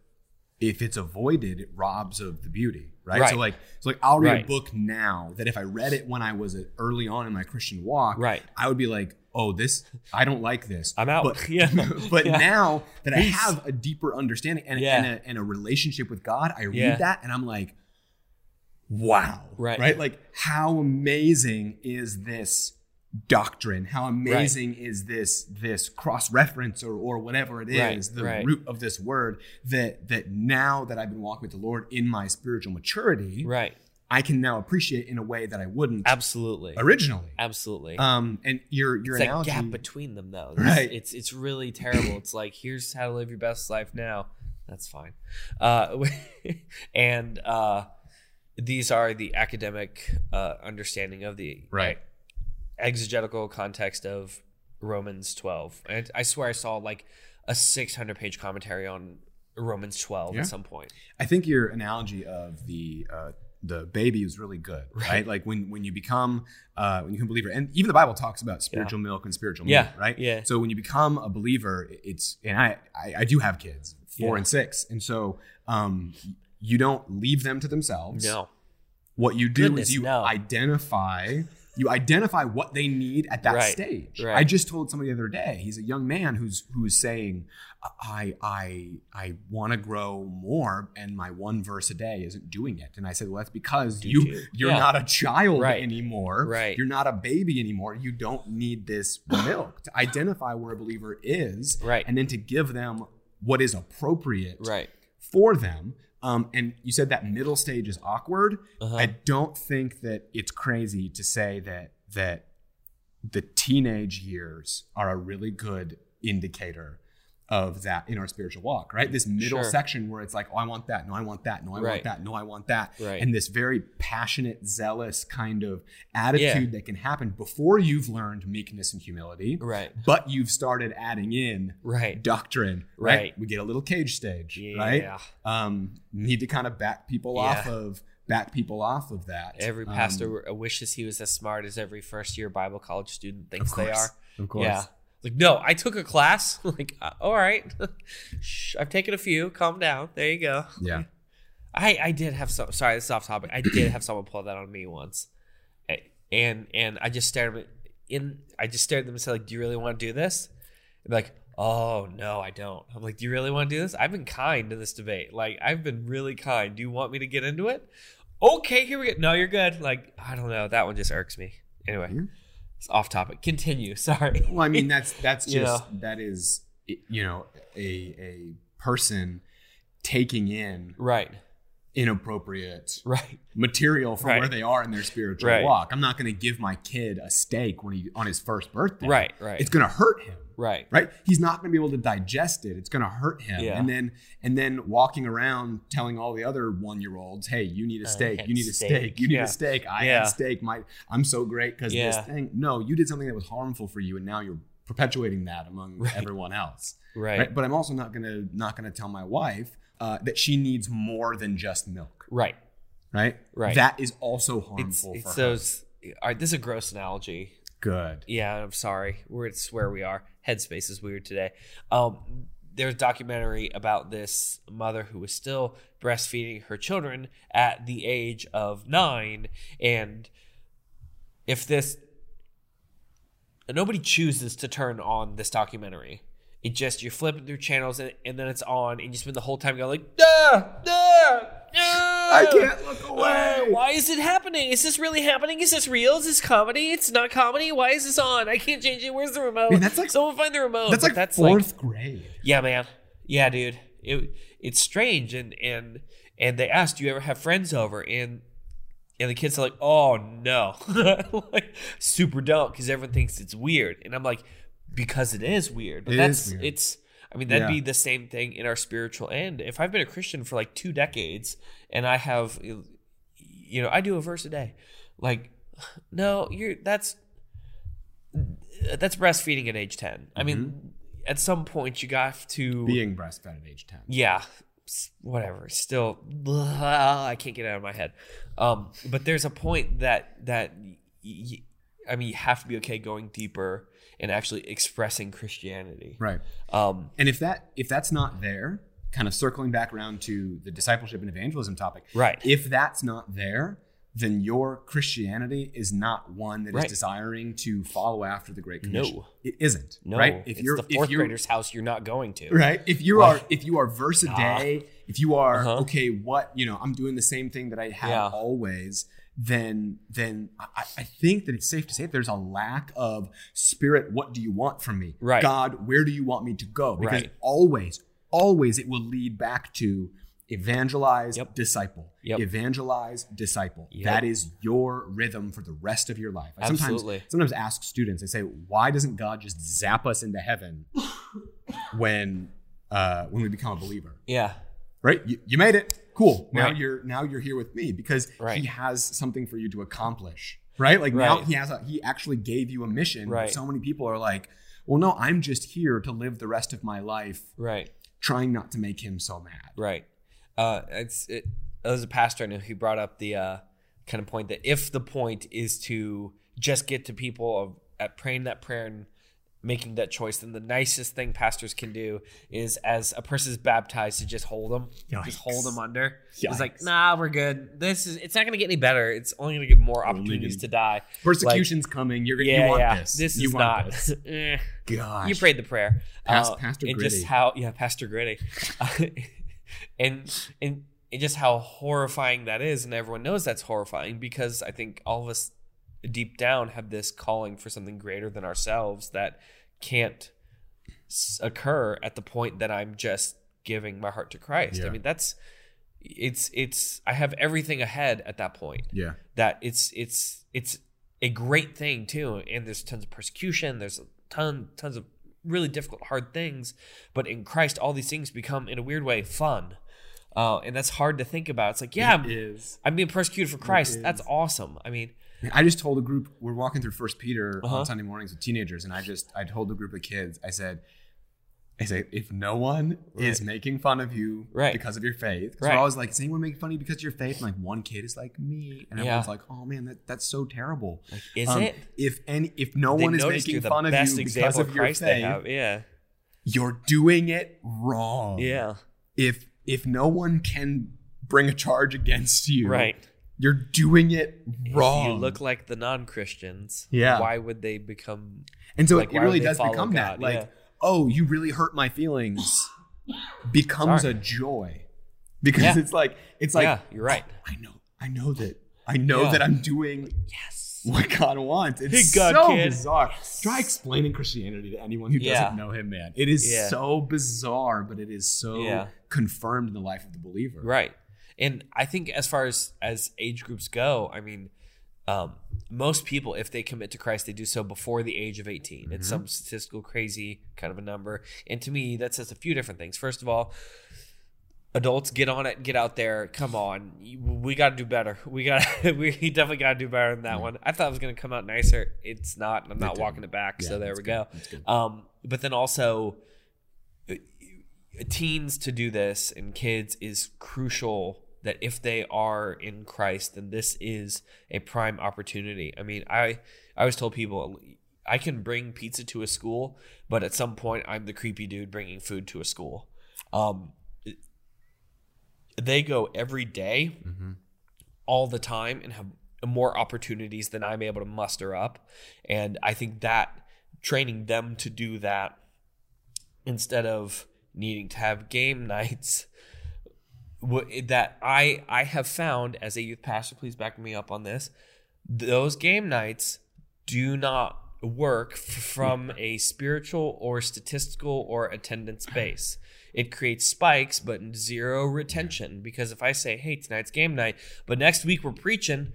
if it's avoided it robs of the beauty right,
Right.
so like so like i'll read
Right.
a book now that if i read it when i was uh, early on in my christian walk
Right.
i would be like oh this i don't like this
I'm out.
but,
Yeah.
but
Yeah.
now that i
Peace.
have a deeper understanding and,
Yeah.
and, a, and a relationship with god i read
Yeah.
that and i'm like wow
Right.
right like how amazing is this doctrine how amazing is this this cross reference or or whatever it is
Right,
the
right.
root of this word that that now that i've been walking with the lord in my spiritual maturity
right
i can now appreciate in a way that i wouldn't
absolutely
originally
absolutely
um and your your
it's that
analogy
gap between them though
Right.
It's- it's it's really terrible it's like here's how to live your best life now that's fine uh and uh these are the academic uh understanding of the
Right.
exegetical context of romans 12 and i swear i saw like a 600 page commentary on romans 12
Yeah.
at some point
I think your analogy of the uh, the baby was really good, right? Like when when you become uh, when you become a believer, and even the Bible talks about spiritual milk and spiritual
Yeah,
meat, right?
yeah.
So when you become a believer, it's and I I, I do have kids, four
Yeah.
and six, and so um, you don't leave them to themselves.
no
What you do
Goodness,
is you
no.
identify you identify what they need at that
Right,
stage.
right.
I just told somebody the other day, he's a young man who's who's saying, I I I want to grow more, and my one verse a day isn't doing it. And I said, Well, that's because
Do
you
you?
you're
Yeah.
not a child
Right.
anymore.
Right.
You're not a baby anymore. You don't need this milk to identify where a believer is
Right.
and then to give them what is appropriate
right
for them. Um, and you said that middle stage is awkward.
Uh-huh.
I don't think that it's crazy to say that that the teenage years are a really good indicator of that in our spiritual walk, right? This middle
Sure.
section where it's like, oh, I want that, no, I want that, no, I
Right.
want that, no, I want that,
Right.
and this very passionate, zealous kind of attitude that can happen before you've learned meekness and humility,
right
but you've started adding in
right
doctrine,
Right.
We get a little cage stage,
yeah
right? Um, need to kind of back people
Yeah.
off of back people off of that.
Every
Um,
pastor uh, wishes he was as smart as every first year Bible college student
of
thinks
course,
they are.
Of course.
Yeah. Like, no, I took a class. like, uh, all right. Shh, I've taken a few. Calm down. There you go.
Yeah.
I, I did have some. Sorry, this is off topic. I did have someone pull that on me once, A- and and I just stared at them in. I just stared at them and said, like, "Do you really want to do this?" And like, "Oh no, I don't." I'm like, "Do you really want to do this?" I've been kind in this debate. Like, I've been really kind. Do you want me to get into it? Okay, here we go. No, you're good. Like, I don't know. That one just irks me. Anyway,
Yeah.
it's off topic. Continue. Sorry.
Well, I mean, that's that's
You
just that is you know a a person taking in
Right.
inappropriate
Right.
material from
Right.
where they are in their spiritual
Right.
walk. I'm not going to give my kid a steak when he on his first birthday.
Right. Right.
It's going to hurt him.
right.
right he's not going to be able to digest it it's going to hurt him
Yeah.
and then and then walking around telling all the other one year olds hey you need a
I
steak
had
you need a steak,
Uh, steak."
you need
Yeah.
a steak i
Yeah.
had steak my i'm so great because
Yeah.
this thing no you did something that was harmful for you and now you're perpetuating that among
Right.
everyone else
Right.
right. but i'm also not going to not going to tell my wife uh, that she needs more than just milk
Right.
right
Right.
that is also
It's,
harmful
it's
for her
those. All right. This is a gross analogy.
good
Yeah, I'm sorry. We're it's where we are. Headspace is weird today. Um, there's a documentary about this mother who was still breastfeeding her children at the age of nine, and if this nobody chooses to turn on this documentary. It just you're flipping through channels and, and then it's on and you spend the whole time going like duh duh duh
i can't look
uh,
away
why is it happening? Is this really happening? Is this real? Is this comedy? It's not comedy. Why is this on? I can't change it. Where's the remote?
Man, that's like-
someone find the remote.
that's
But
like fourth grade
yeah, man. Yeah, dude. It it's strange and and and they asked, "Do you ever have friends over?" and and the kids are like, "Oh no," like super dumb because everyone thinks it's weird, and I'm like, because it is weird. But
It
that's
is weird.
it's. I mean, that'd
Yeah.
be the same thing in our spiritual end. If I've been a Christian for like two decades and I have, you know, I do a verse a day, like No, you're that's that's breastfeeding at age 10. I
Mm-hmm.
mean, at some point you got to
being breastfed at age 10.
yeah, s- whatever. Still blah, I can't get it out of my head. Um but there's a point that that y- y- I mean, you have to be okay going deeper and actually expressing Christianity.
Right.
Um
And if that if that's not there, kind of circling back around to the discipleship and evangelism topic,
Right.
If that's not there, then your Christianity is not one that is
Right.
desiring to follow after the Great Commission.
No.
It isn't.
no,
right? If
it's
you're
the
if
fourth
you're
grader's house you're not going to.
right, if you are if you are verse a
Nah.
day, if you are
Uh-huh.
okay, what you know, I'm doing the same thing that I have
Yeah.
always. Then, then I, I- I think that it's safe to say that there's a lack of spirit. What do you want from me,
Right.
God? Where do you want me to go? Because
Right.
always, always, it will lead back to evangelize,
Yep.
disciple,
Yep.
evangelize, disciple.
Yep.
That is your rhythm for the rest of your life. I
Absolutely.
sometimes sometimes ask students, I say, why doesn't God just zap us into heaven when uh, when we become a believer?
Yeah.
Right? You, you made it. Cool. Now
Right.
you're now you're here with me because
Right.
he has something for you to accomplish. Right? Like now
Right.
he has a, he actually gave you a mission. but
Right.
So many people are like, well, no, I'm just here to live the rest of my life
Right.
trying not to make him so mad.
Right. Uh, it's it, as a pastor, I know he brought up the uh, kind of point that if the point is to just get to people of at praying that prayer and making that choice, then the nicest thing pastors can do is, as a person is baptized, to just hold them, just
Yikes.
hold them under. It's like,
Yikes.
nah, we're good. This is it's not going to get any better. It's only going to give more
Only
opportunities
gonna-
to die.
Persecution's coming. You're gonna
Yeah,
you want
yeah.
this.
This,
you
is
want
not.
this.
Eh.
Gosh.
You prayed the prayer. uh,
Pas- Pastor
and
Gritty.
just how yeah, Pastor Gritty. and and and just how horrifying that is, and everyone knows that's horrifying because I think all of us deep down have this calling for something greater than ourselves that can't s- occur at the point that I'm just giving my heart to Christ. I
Yeah.
mean, that's it's it's I have everything ahead at that point
Yeah.
that it's it's it's a great thing too and there's tons of persecution there's a ton tons of really difficult hard things but in christ all these things become in a weird way fun uh, and that's hard to think about it's like yeah
It
I'm,
is.
I'm being persecuted for christ
is.
that's awesome i mean
I just told a group we're walking through First Peter
Uh-huh.
on Sunday mornings with teenagers, and I just I told a group of kids I said, I say if no one is
Right.
making fun of you
Right.
because of your faith, 'cause
Right.
we're always like, is anyone making fun of you because of your faith? And like one kid is like me, and
Yeah.
everyone's like, oh man, that, that's so terrible.
is
Um,
it
If any if no
They
one is
noticed you're
making
the
fun of
best
you because
example
of your
Christ they
faith,
have. yeah
you're doing it wrong.
yeah
If if no one can bring a charge against you,
right
You're doing it wrong.
if you look like the non-christians
Yeah.
why would they become
And so
Like,
it
why would
really
they
does
follow
become that.
God?
Like,
Yeah.
oh, you really hurt my feelings becomes
Sorry.
a joy. Because
Yeah.
it's like it's like oh,
yeah you're right
I know I know that I know
Yeah.
that I'm doing
yes
what God wants.
Hey,
It's
God,
so
kid.
bizarre. Try explaining Christianity to anyone who
Yeah.
doesn't know him, man. It is
Yeah.
so bizarre, but it is so
Yeah.
confirmed in the life of the believer.
Right. And I think as far as as age groups go, I mean, um, most people, if they commit to Christ, they do so before the age of 18. It's some statistical crazy kind of a number. And to me, that says a few different things. First of all, adults get on it, get out there. Come on. You- We got to do better. We got we definitely got to do better than that one. I thought it was going to come out nicer. It's not. and I'm not
didn't.
walking it back.
Yeah,
so there
that's
we
good.
go.
That's good.
Um, but then also, uh, teens to do this and kids is crucial that if they are in Christ, then this is a prime opportunity. I mean, I I always tell people I can bring pizza to a school, but at some point I'm the creepy dude bringing food to a school. Um, it- they go every day all the time and have more opportunities than I'm able to muster up. And I think that training them to do that instead of needing to have game nights wha- that I I have found as a youth pastor, please back me up on this. Those game nights do not work f- from a spiritual or statistical or attendance base. It creates spikes but zero retention because if I say, "Hey, tonight's game night, but next week we're preaching,"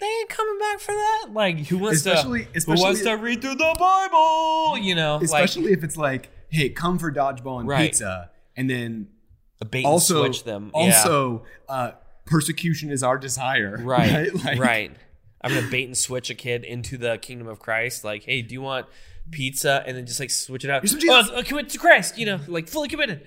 they ain't coming back for that. Like who wants
Especially-
to
especially-
who wants to read through the Bible? You know, like
Especially if it's like, hey, come for dodgeball and
Right.
pizza, and then
a bait
also
and switch them. Yeah.
Also, uh, persecution is our desire.
right,
Like,
right. I'm gonna bait and switch a kid into the kingdom of Christ. Like, hey, do you want pizza? And then just like switch it out.
You're some
Oh,
Jesus.
uh, commit to Christ. You know, like fully committed.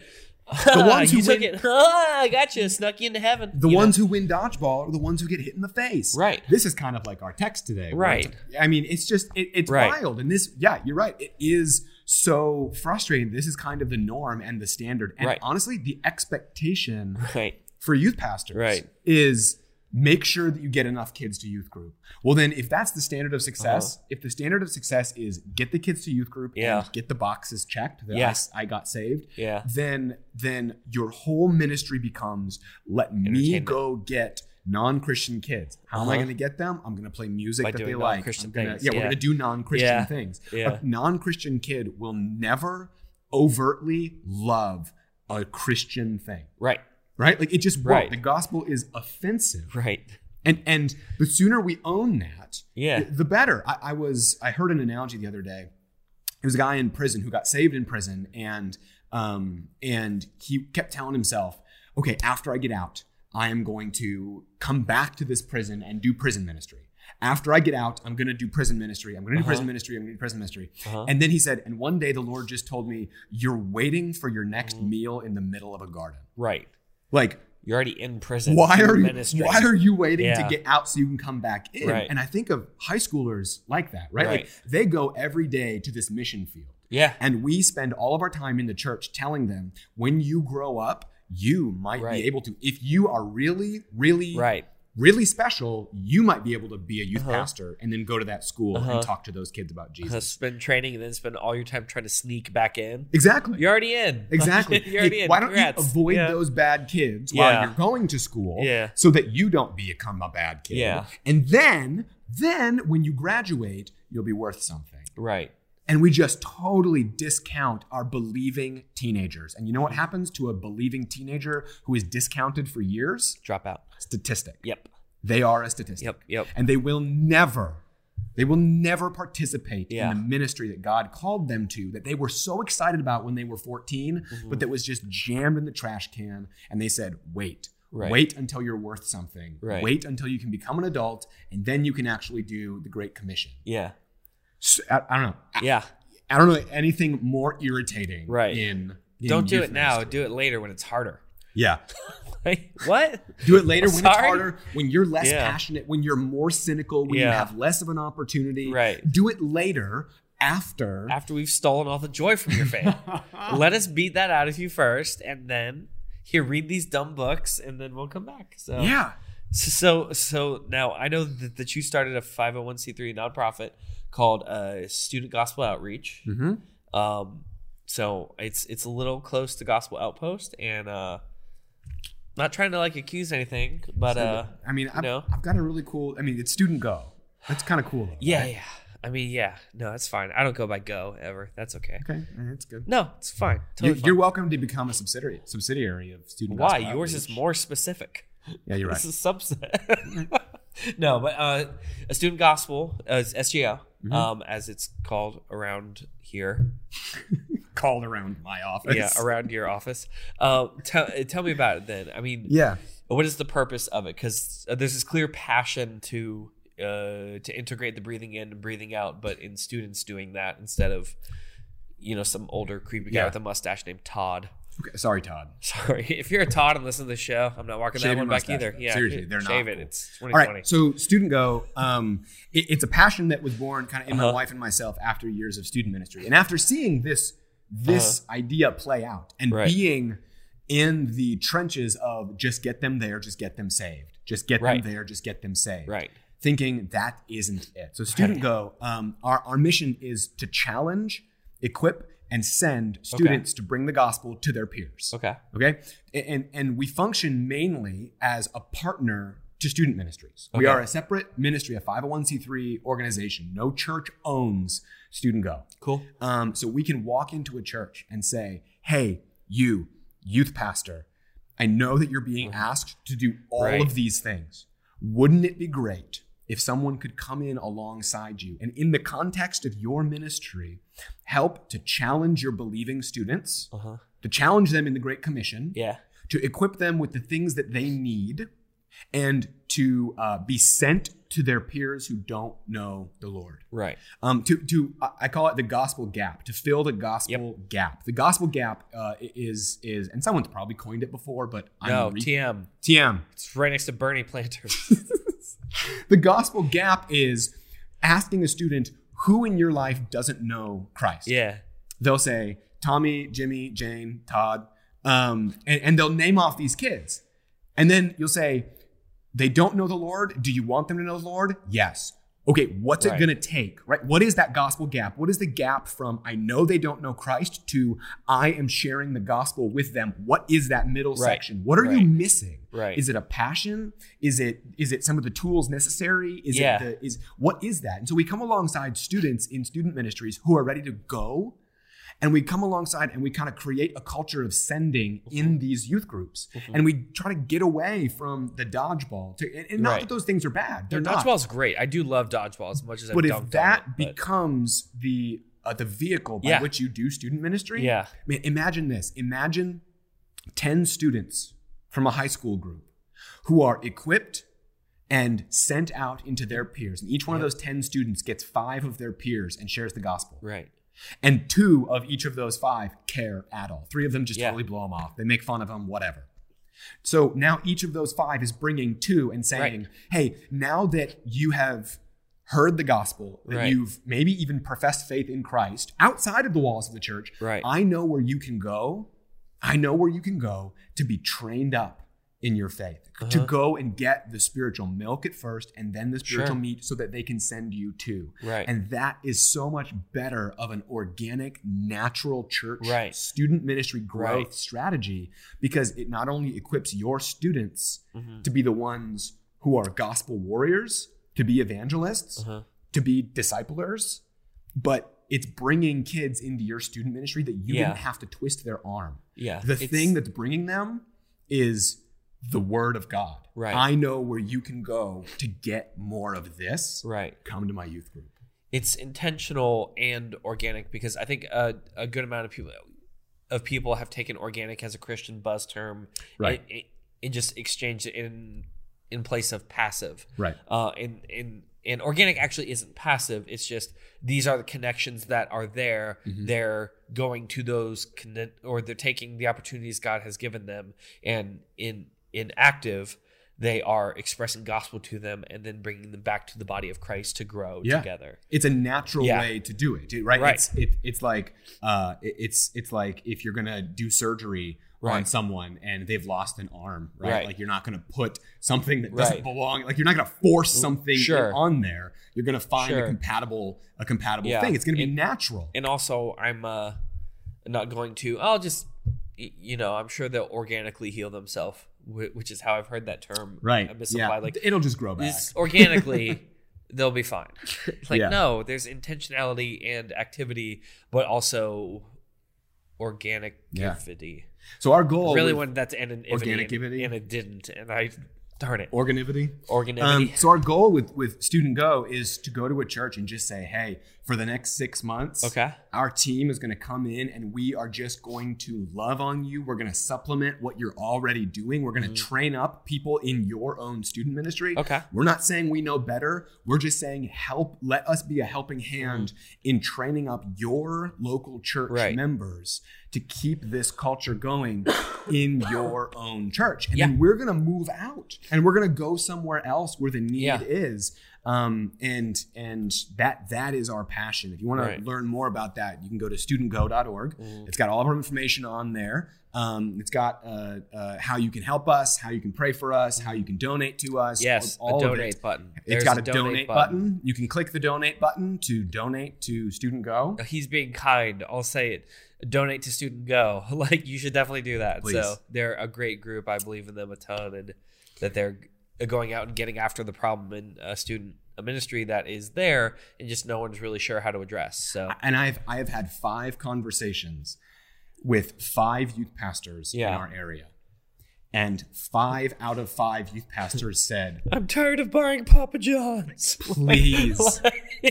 The ones who
you took
win-
it. Ah, I got you. Snuck you into heaven.
The
you know?
ones who win dodgeball are the ones who get hit in the face.
Right.
This is kind of like our text today. where
Right.
it's- I mean, it's just it, it's
Right.
wild, and this, yeah, you're right. It is so frustrating. This is kind of the norm and the standard, and
Right.
honestly, the expectation
Right.
for youth pastors
Right.
is make sure that you get enough kids to youth group. Well, then, if that's the standard of success, if the standard of success is get the kids to youth group
Uh-huh. Yeah.
and get the boxes checked that
Yeah.
yes, I got saved,
Yeah.
then then your whole ministry becomes let me
Entertainment.
go get non-Christian kids. How am I
Uh-huh.
going to get them? I'm going to play music
By
that they
doing
like.
non-Christian
I'm gonna-
things,
Yeah, we're
yeah.
going to do non-Christian
Yeah.
things.
Yeah.
A non-Christian kid will never overtly love a Christian thing.
Right.
Right? Like it just won't.
Right.
The gospel is offensive.
Right.
And and the sooner we own that,
Yeah.
the better. I, I was I heard an analogy the other day. It was a guy in prison who got saved in prison, and um, and he kept telling himself, "Okay, after I get out, I am going to come back to this prison and do prison ministry. After I get out, I'm going to do prison ministry. I'm going to do
Uh-huh.
prison ministry. I'm going to do prison ministry."
Uh-huh.
And then he said, "And one day the Lord just told me, you're waiting for your next
Mm.
meal in the middle of a garden.
Right.
Like
You're already in prison.
why
You're
are you
ministering.
why are you waiting
Yeah.
to get out so you can come back in
Right.
and i think of high schoolers like that right? like
Right.
they go every day to this mission field
Yeah.
and we spend all of our time in the church telling them when you grow up you might
Right.
be able to if you are really really
Right.
really special you might be able to be a youth
Uh-huh.
pastor and then go to that school
Uh-huh.
and talk to those kids about jesus
Uh, spend training and then spend all your time trying to sneak back in.
exactly
You're already in.
Exactly.
you're already
Like,
in.
Why don't
Congrats.
you avoid
Yeah.
those bad kids
Yeah.
while you're going to school
Yeah.
so that you don't become a bad kid?
Yeah.
And then, then when you graduate, you'll be worth something.
Right.
And we just totally discount our believing teenagers. And you know what happens to a believing teenager who is discounted for years?
Drop out.
Statistic.
Yep.
They are a statistic.
Yep. Yep.
And they will never, they will never participate
Yeah.
in the ministry that God called them to, that they were so excited about when they were 14,
Mm-hmm.
but that was just jammed in the trash can. And they said, wait.
Right.
Wait until you're worth something.
Right.
Wait until you can become an adult, and then you can actually do the Great Commission.
Yeah.
So, I, I don't know. I,
Yeah.
I don't know anything more irritating.
Right.
In, in
Don't do
youth
it now.
ministry.
Do it later when it's harder.
Yeah.
Like, what?
Do it later when it's
Sorry?
harder, when you're less
Yeah.
passionate, when you're more cynical, when you
Yeah.
have less of an opportunity.
Right.
Do it later after.
After we've stolen all the joy from your faith, let us beat that out of you first, and then here, read these dumb books, and then we'll come back. So
yeah.
So, so so now I know that, that you started a 501c3 nonprofit called uh, Student Gospel Outreach.
Mm-hmm.
Um, so it's it's a little close to Gospel Outpost, and uh, not trying to like accuse anything, but uh,
I mean, I've,
know.
I've got a really cool. I mean, it's student go. That's kind of cool. Though,
yeah,
right?
yeah. I mean, yeah. No, that's fine. I don't go by go ever. That's okay.
Okay, all right, that's good.
No, it's fine.
You,
Totally
you're
fine.
welcome to become a subsidiary subsidiary of student.
Why?
Gospel
Yours is
Outreach.
more specific.
Yeah, you're right.
This is a subset. no, but uh, a student gospel uh, is SGO, um, as it's called around here.
Called around my office.
Yeah, around your office. Uh, tell tell me about it then. I mean,
yeah.
what is the purpose of it? Because there's this clear passion to uh, to integrate the breathing in and breathing out, but in students doing that instead of you know some older creepy guy
Yeah.
with a mustache named Todd.
Okay, sorry, Todd.
Sorry, if you're a Todd and listen to the show, I'm not walking
Shave
that
your
one back
mustache,
either.
though.
Yeah,
Seriously, they're not
shave it.
cool.
It's
All
2020.
right. So student go, um, it- it's a passion that was born kind of in my
Uh-huh.
wife and myself after years of student ministry, and after seeing this this idea play out and
Uh-huh. Right.
being in the trenches of just get them there, just get them saved, just get
Right.
them there, just get them saved.
right.
Thinking that isn't it. So student go, um, our our mission is to challenge, equip, and send students to bring the gospel to their peers
Okay.
okay A- and and we function mainly as a partner to student ministries we
Okay.
are a separate ministry a 501c3 organization no church owns student go
Cool.
um, so we can walk into a church and say hey you youth pastor i know that you're being asked to do all
Mm-hmm. Right.
of these things wouldn't it be great if someone could come in alongside you and in the context of your ministry help to challenge your believing students
Uh huh.
to challenge them in the great commission
Yeah.
to equip them with the things that they need and to uh, be sent to their peers who don't know the Lord.
Right.
Um, to to I- I call it the gospel gap. To fill the gospel gap. The gospel gap uh, is is and someone's probably coined it before, but I'm
no,
re-
TM.
TM.
It's right next to Bernie Planter.
The gospel gap is asking a student who in your life doesn't know Christ.
yeah.
They'll say Tommy, Jimmy, Jane, Todd, um, and, and they'll name off these kids. And then you'll say, they don't know the Lord. Do you want them to know the Lord? Yes. Okay, what's
Right.
it going to take? Right? What is that gospel gap? What is the gap from I know they don't know Christ to I am sharing the gospel with them? What is that middle
Right.
section? What are you
Right.
missing?
Right.
Is it a passion? Is it is it some of the tools necessary? Is
Yeah.
it the, is what is that? And so we come alongside students in student ministries who are ready to go and we come alongside and we kind of create a culture of sending
Mm-hmm.
in these youth groups and we try to get away from the dodgeball to, and, and not
Right.
that those things are bad they're not
Dodgeball's great. I do love dodgeball as much as I
but
dunked on
if that
it, but-
becomes the uh, the vehicle by
Yeah.
which you do student ministry
Yeah.
man, imagine this imagine 10 students from a high school group who are equipped and sent out into their peers and each one of those 10 students gets five of their peers and shares the gospel
Right.
and two of each of those five care at all. Three of them just
Yeah.
totally blow them off. They make fun of them, whatever. So now each of those five is bringing two and saying, hey, now that you have heard the gospel, that
Right.
you've maybe even professed faith in Christ outside of the walls of the church,
Right.
I know where you can go. I know where you can go to be trained up in your faith, to
Uh-huh.
go and get the spiritual milk at first and then the spiritual
Sure.
meat so that they can send you to.
Right.
And that is so much better of an organic, natural church
Right.
student ministry growth
Right.
strategy because it not only equips your students
Mhm.
to be the ones who are gospel warriors, to be evangelists,
Uh-huh.
to be disciplers, but it's bringing kids into your student ministry that you
Yeah.
didn't have to twist their arm.
Yeah.
The
it's-
thing that's bringing them is the word of God.
Right.
I know where you can go to get more of this.
Right.
Come to my youth group.
it's intentional and organic because I think a, a good amount of people of people have taken organic as a Christian buzz term,
Right.
And, and just exchanged it in in place of passive,
Right.
uh, and and and organic actually isn't passive. It's just these are the connections that are there.
Mm-hmm.
They're going to those conne- or they're taking the opportunities God has given them, and in in active. They are expressing gospel to them and then bringing them back to the body of Christ to grow
Yeah.
together.
it's a natural
Yeah.
way to do it, right?
Right.
It's it, it's like uh, it- it's it's like if you're gonna do surgery on
Right.
someone and they've lost an arm, right?
Right.
Like you're not gonna put something that doesn't
Right. Mm,
belong, like you're not gonna force something
Sure.
on there. You're gonna find a
Sure.
compatible a compatible
Yeah.
thing. It's gonna be
And-
natural.
and also I'm uh not going to I'll just y- you know I'm sure they'll organically heal themselves wh- which is how I've heard that term
right.
uh,
Yeah.
misapplied like
it'll just grow back.
this organically they'll be fine It's like
Yeah.
no there's intentionality and activity but also organicity
So our goal
really
with
wanted that to end in
Organicity? Um,
organicity and it didn't and I darn it
organivity.
organicity
Um, so our goal with with Student Go is to go to a church and just say, hey, for the next six months,
okay
our team is going to come in and we are just going to love on you. We're going to supplement what you're already doing. We're going to train up people in your own student ministry.
Mm-hmm. okay
We're not saying we know better. We're just saying help. Let us be a helping hand in training up your local church
Mm. Right.
members to keep this culture going in your own church. And
Yeah.
then we're gonna move out and we're gonna go somewhere else where the need
Yeah.
is. Um, and and that that is our passion. If you want
Right.
to learn more about that, you can go to studentgo.org.
Mhm.
It's got all of our information on there. Um, it's got uh, uh, how you can help us, how you can pray for us, how you can donate to us.
yes
all, all
a
of it.
donate button
It's
There's
got a, donate, button. You can click the donate button to donate to Student Go.
he's being kind. I'll say it. Donate to Student Go. Like you should definitely do that. So
Please.
they're a great group. I believe in them a ton, and that they're going out and getting after the problem in a student a ministry that is there, and just no one's really sure how to address. So
And I've I have had five conversations with five youth pastors in
Yeah.
our area. And five out of five youth pastors said,
I'm tired of buying Papa John's.
please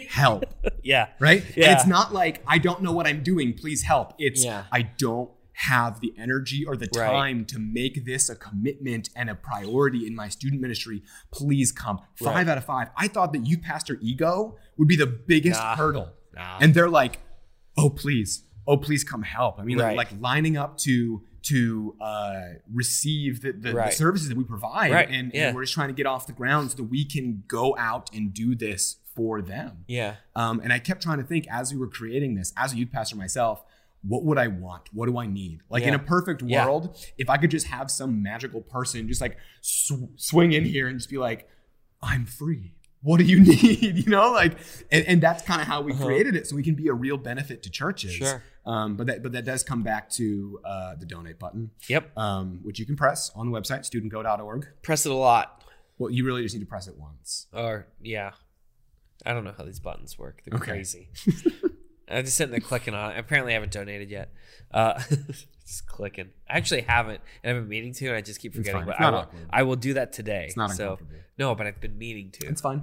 help.
yeah,
Right? And
Yeah.
it's not like I don't know what I'm doing, please help. It's
Yeah.
I don't have the energy or the
Right.
time to make this a commitment and a priority in my student ministry, please come. Five
Right.
out of five. I thought that you, Pastor Ego, would be the biggest
Nah.
hurdle.
Nah.
And they're like, oh, please, oh, please come help. I mean, like-
Right.
like, lining up to to uh, receive the, the, the
Right.
services that we provide.
Right.
And, and
Yeah.
we're just trying to get off the ground so that we can go out and do this for them.
Yeah.
Um, and I kept trying to think as we were creating this, as a youth pastor myself, what would I want? What do I need? Like in
Yeah.
a perfect
Yeah.
world, if I could just have some magical person just like sw- swing in here and just be like, I'm free. What do you need? You know, like, and, and that's kind of how we
Uh-huh.
created it, so we can be a real benefit to churches.
Sure.
Um, but that, but that does come back to uh, the donate button,
Yep.
um, which you can press on the website studentgo.org.
Press it a lot.
Well, you really just need to press it once.
Or yeah. I don't know how these buttons work. They're
Okay.
crazy. I'm just sitting there clicking on it. Apparently, I haven't donated yet. Uh, just clicking. I actually haven't, and I've been meaning to, and I just keep
It's
forgetting.
fine.
But
It's
I
not
will,
awkward.
I will do that today.
It's not
so
uncomfortable.
no, but I've been meaning to.
It's fine.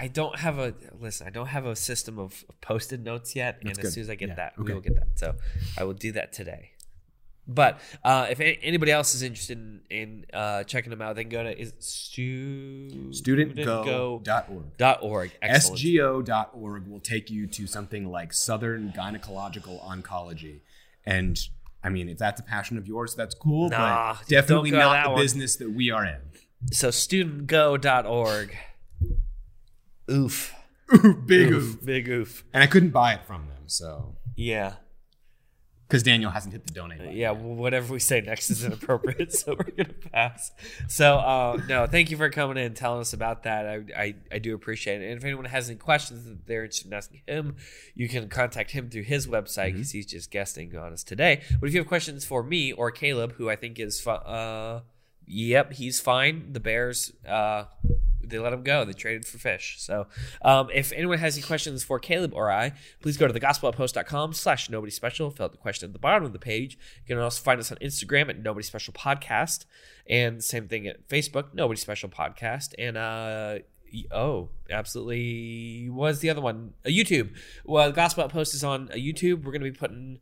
I don't have a listen. I don't have a system of post-it notes yet, and
That's
as
good.
soon as I get
Yeah,
that, we
okay.
will get that. So I will do that today. But uh, if a- anybody else is interested in, in uh, checking them out, they can go to is it stu- studentgo
Studentgo.org.
dot org. Excellent.
SGO.org will take you to something like Southern Gynecological Oncology. And I mean, if that's a passion of yours, that's cool,
Nah,
but definitely
don't go
not
that
the
one.
business that we are in.
So studentgo.org. Oof.
Big oof.
Oof. Big oof.
And I couldn't buy it from them, so
Yeah.
because Daniel hasn't hit the donate button.
Yeah, well, whatever we say next is inappropriate, so we're gonna pass. So, uh, no, thank you for coming in and telling us about that. I, I, I do appreciate it. And if anyone has any questions that they're interested in asking him, you can contact him through his website because he's just guesting on us today. But if you have questions for me or Caleb, who I think is, fu- uh, yep, he's fine. The Bears, uh, they let him go. They traded for fish. So um, if anyone has any questions for Caleb or I, please go to thegospelpost.com slash nobody special. Fill out the question at the bottom of the page. You can also find us on Instagram at nobody special podcast. And same thing at Facebook, nobody special podcast. And uh y- Oh, absolutely. Was the other one uh, YouTube? Well, the Gospel Post is on uh, YouTube. We're going to be putting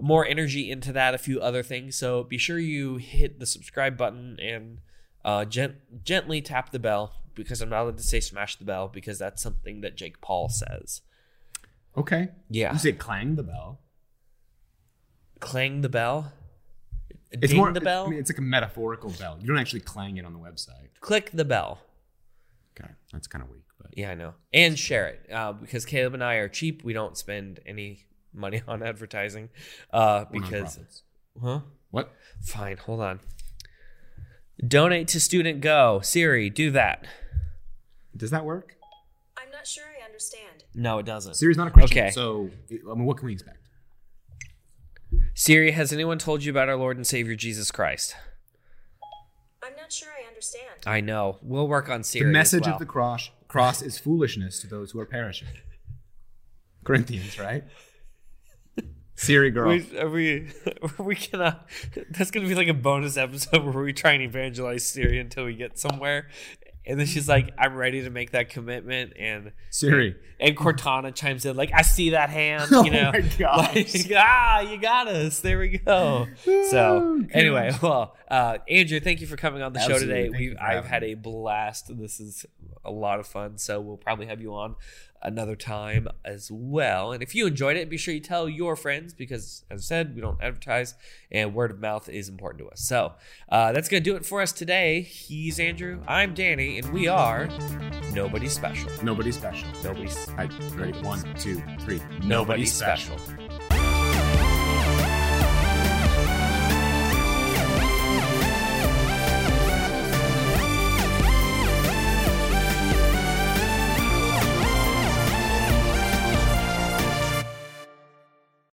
more energy into that, a few other things. So be sure you hit the subscribe button and uh, gent- gently tap the bell because I'm not allowed to say smash the bell because that's something that Jake Paul says.
Okay.
Yeah.
You say clang the bell.
Clang the bell.
It's
Ding
more
the bell.
I mean, it's like a metaphorical bell. You don't actually clang it on the website.
Click the bell.
Okay. That's kind of weak, but
Yeah, I know. And share it uh, because Caleb and I are cheap. We don't spend any money on advertising uh,
we're
because.
nonprofits.
Huh?
what?
Fine. Hold on. Donate to Student Go. Siri, do that.
Does that work?
I'm not sure I understand.
No, it doesn't.
Siri's not a Christian.
Okay.
So I mean what can we expect?
Siri, has anyone told you about our Lord and Savior Jesus Christ?
I'm not sure I understand.
I know. We'll work on Siri.
The
as
message
well.
of the cross cross is foolishness to those who are perishing. Corinthians, right? Siri girl.
We, are we, we cannot. That's gonna be like a bonus episode where we try and evangelize Siri until we get somewhere, and then she's like, "I'm ready to make that commitment," and
Siri.
and Cortana chimes in like, "I see that hand,"
Mm. Oh
you know,
my gosh.
like, ah, you got us. There we go. So
Oh, gosh.
anyway, well, uh, Andrew, thank you for coming on the show
Absolutely.
today.
Thank you
We
for
I've
having
had
me.
a blast. This is a lot of fun. So we'll probably have you on another time as well. And if you enjoyed it, be sure you tell your friends because, as I said, we don't advertise, and word of mouth is important to us. So uh, that's gonna do it for us today. He's Andrew. I'm Danny, and we are nobody special.
Nobody special.
Nobody. Special.
I ready. One, two, three.
Nobody special.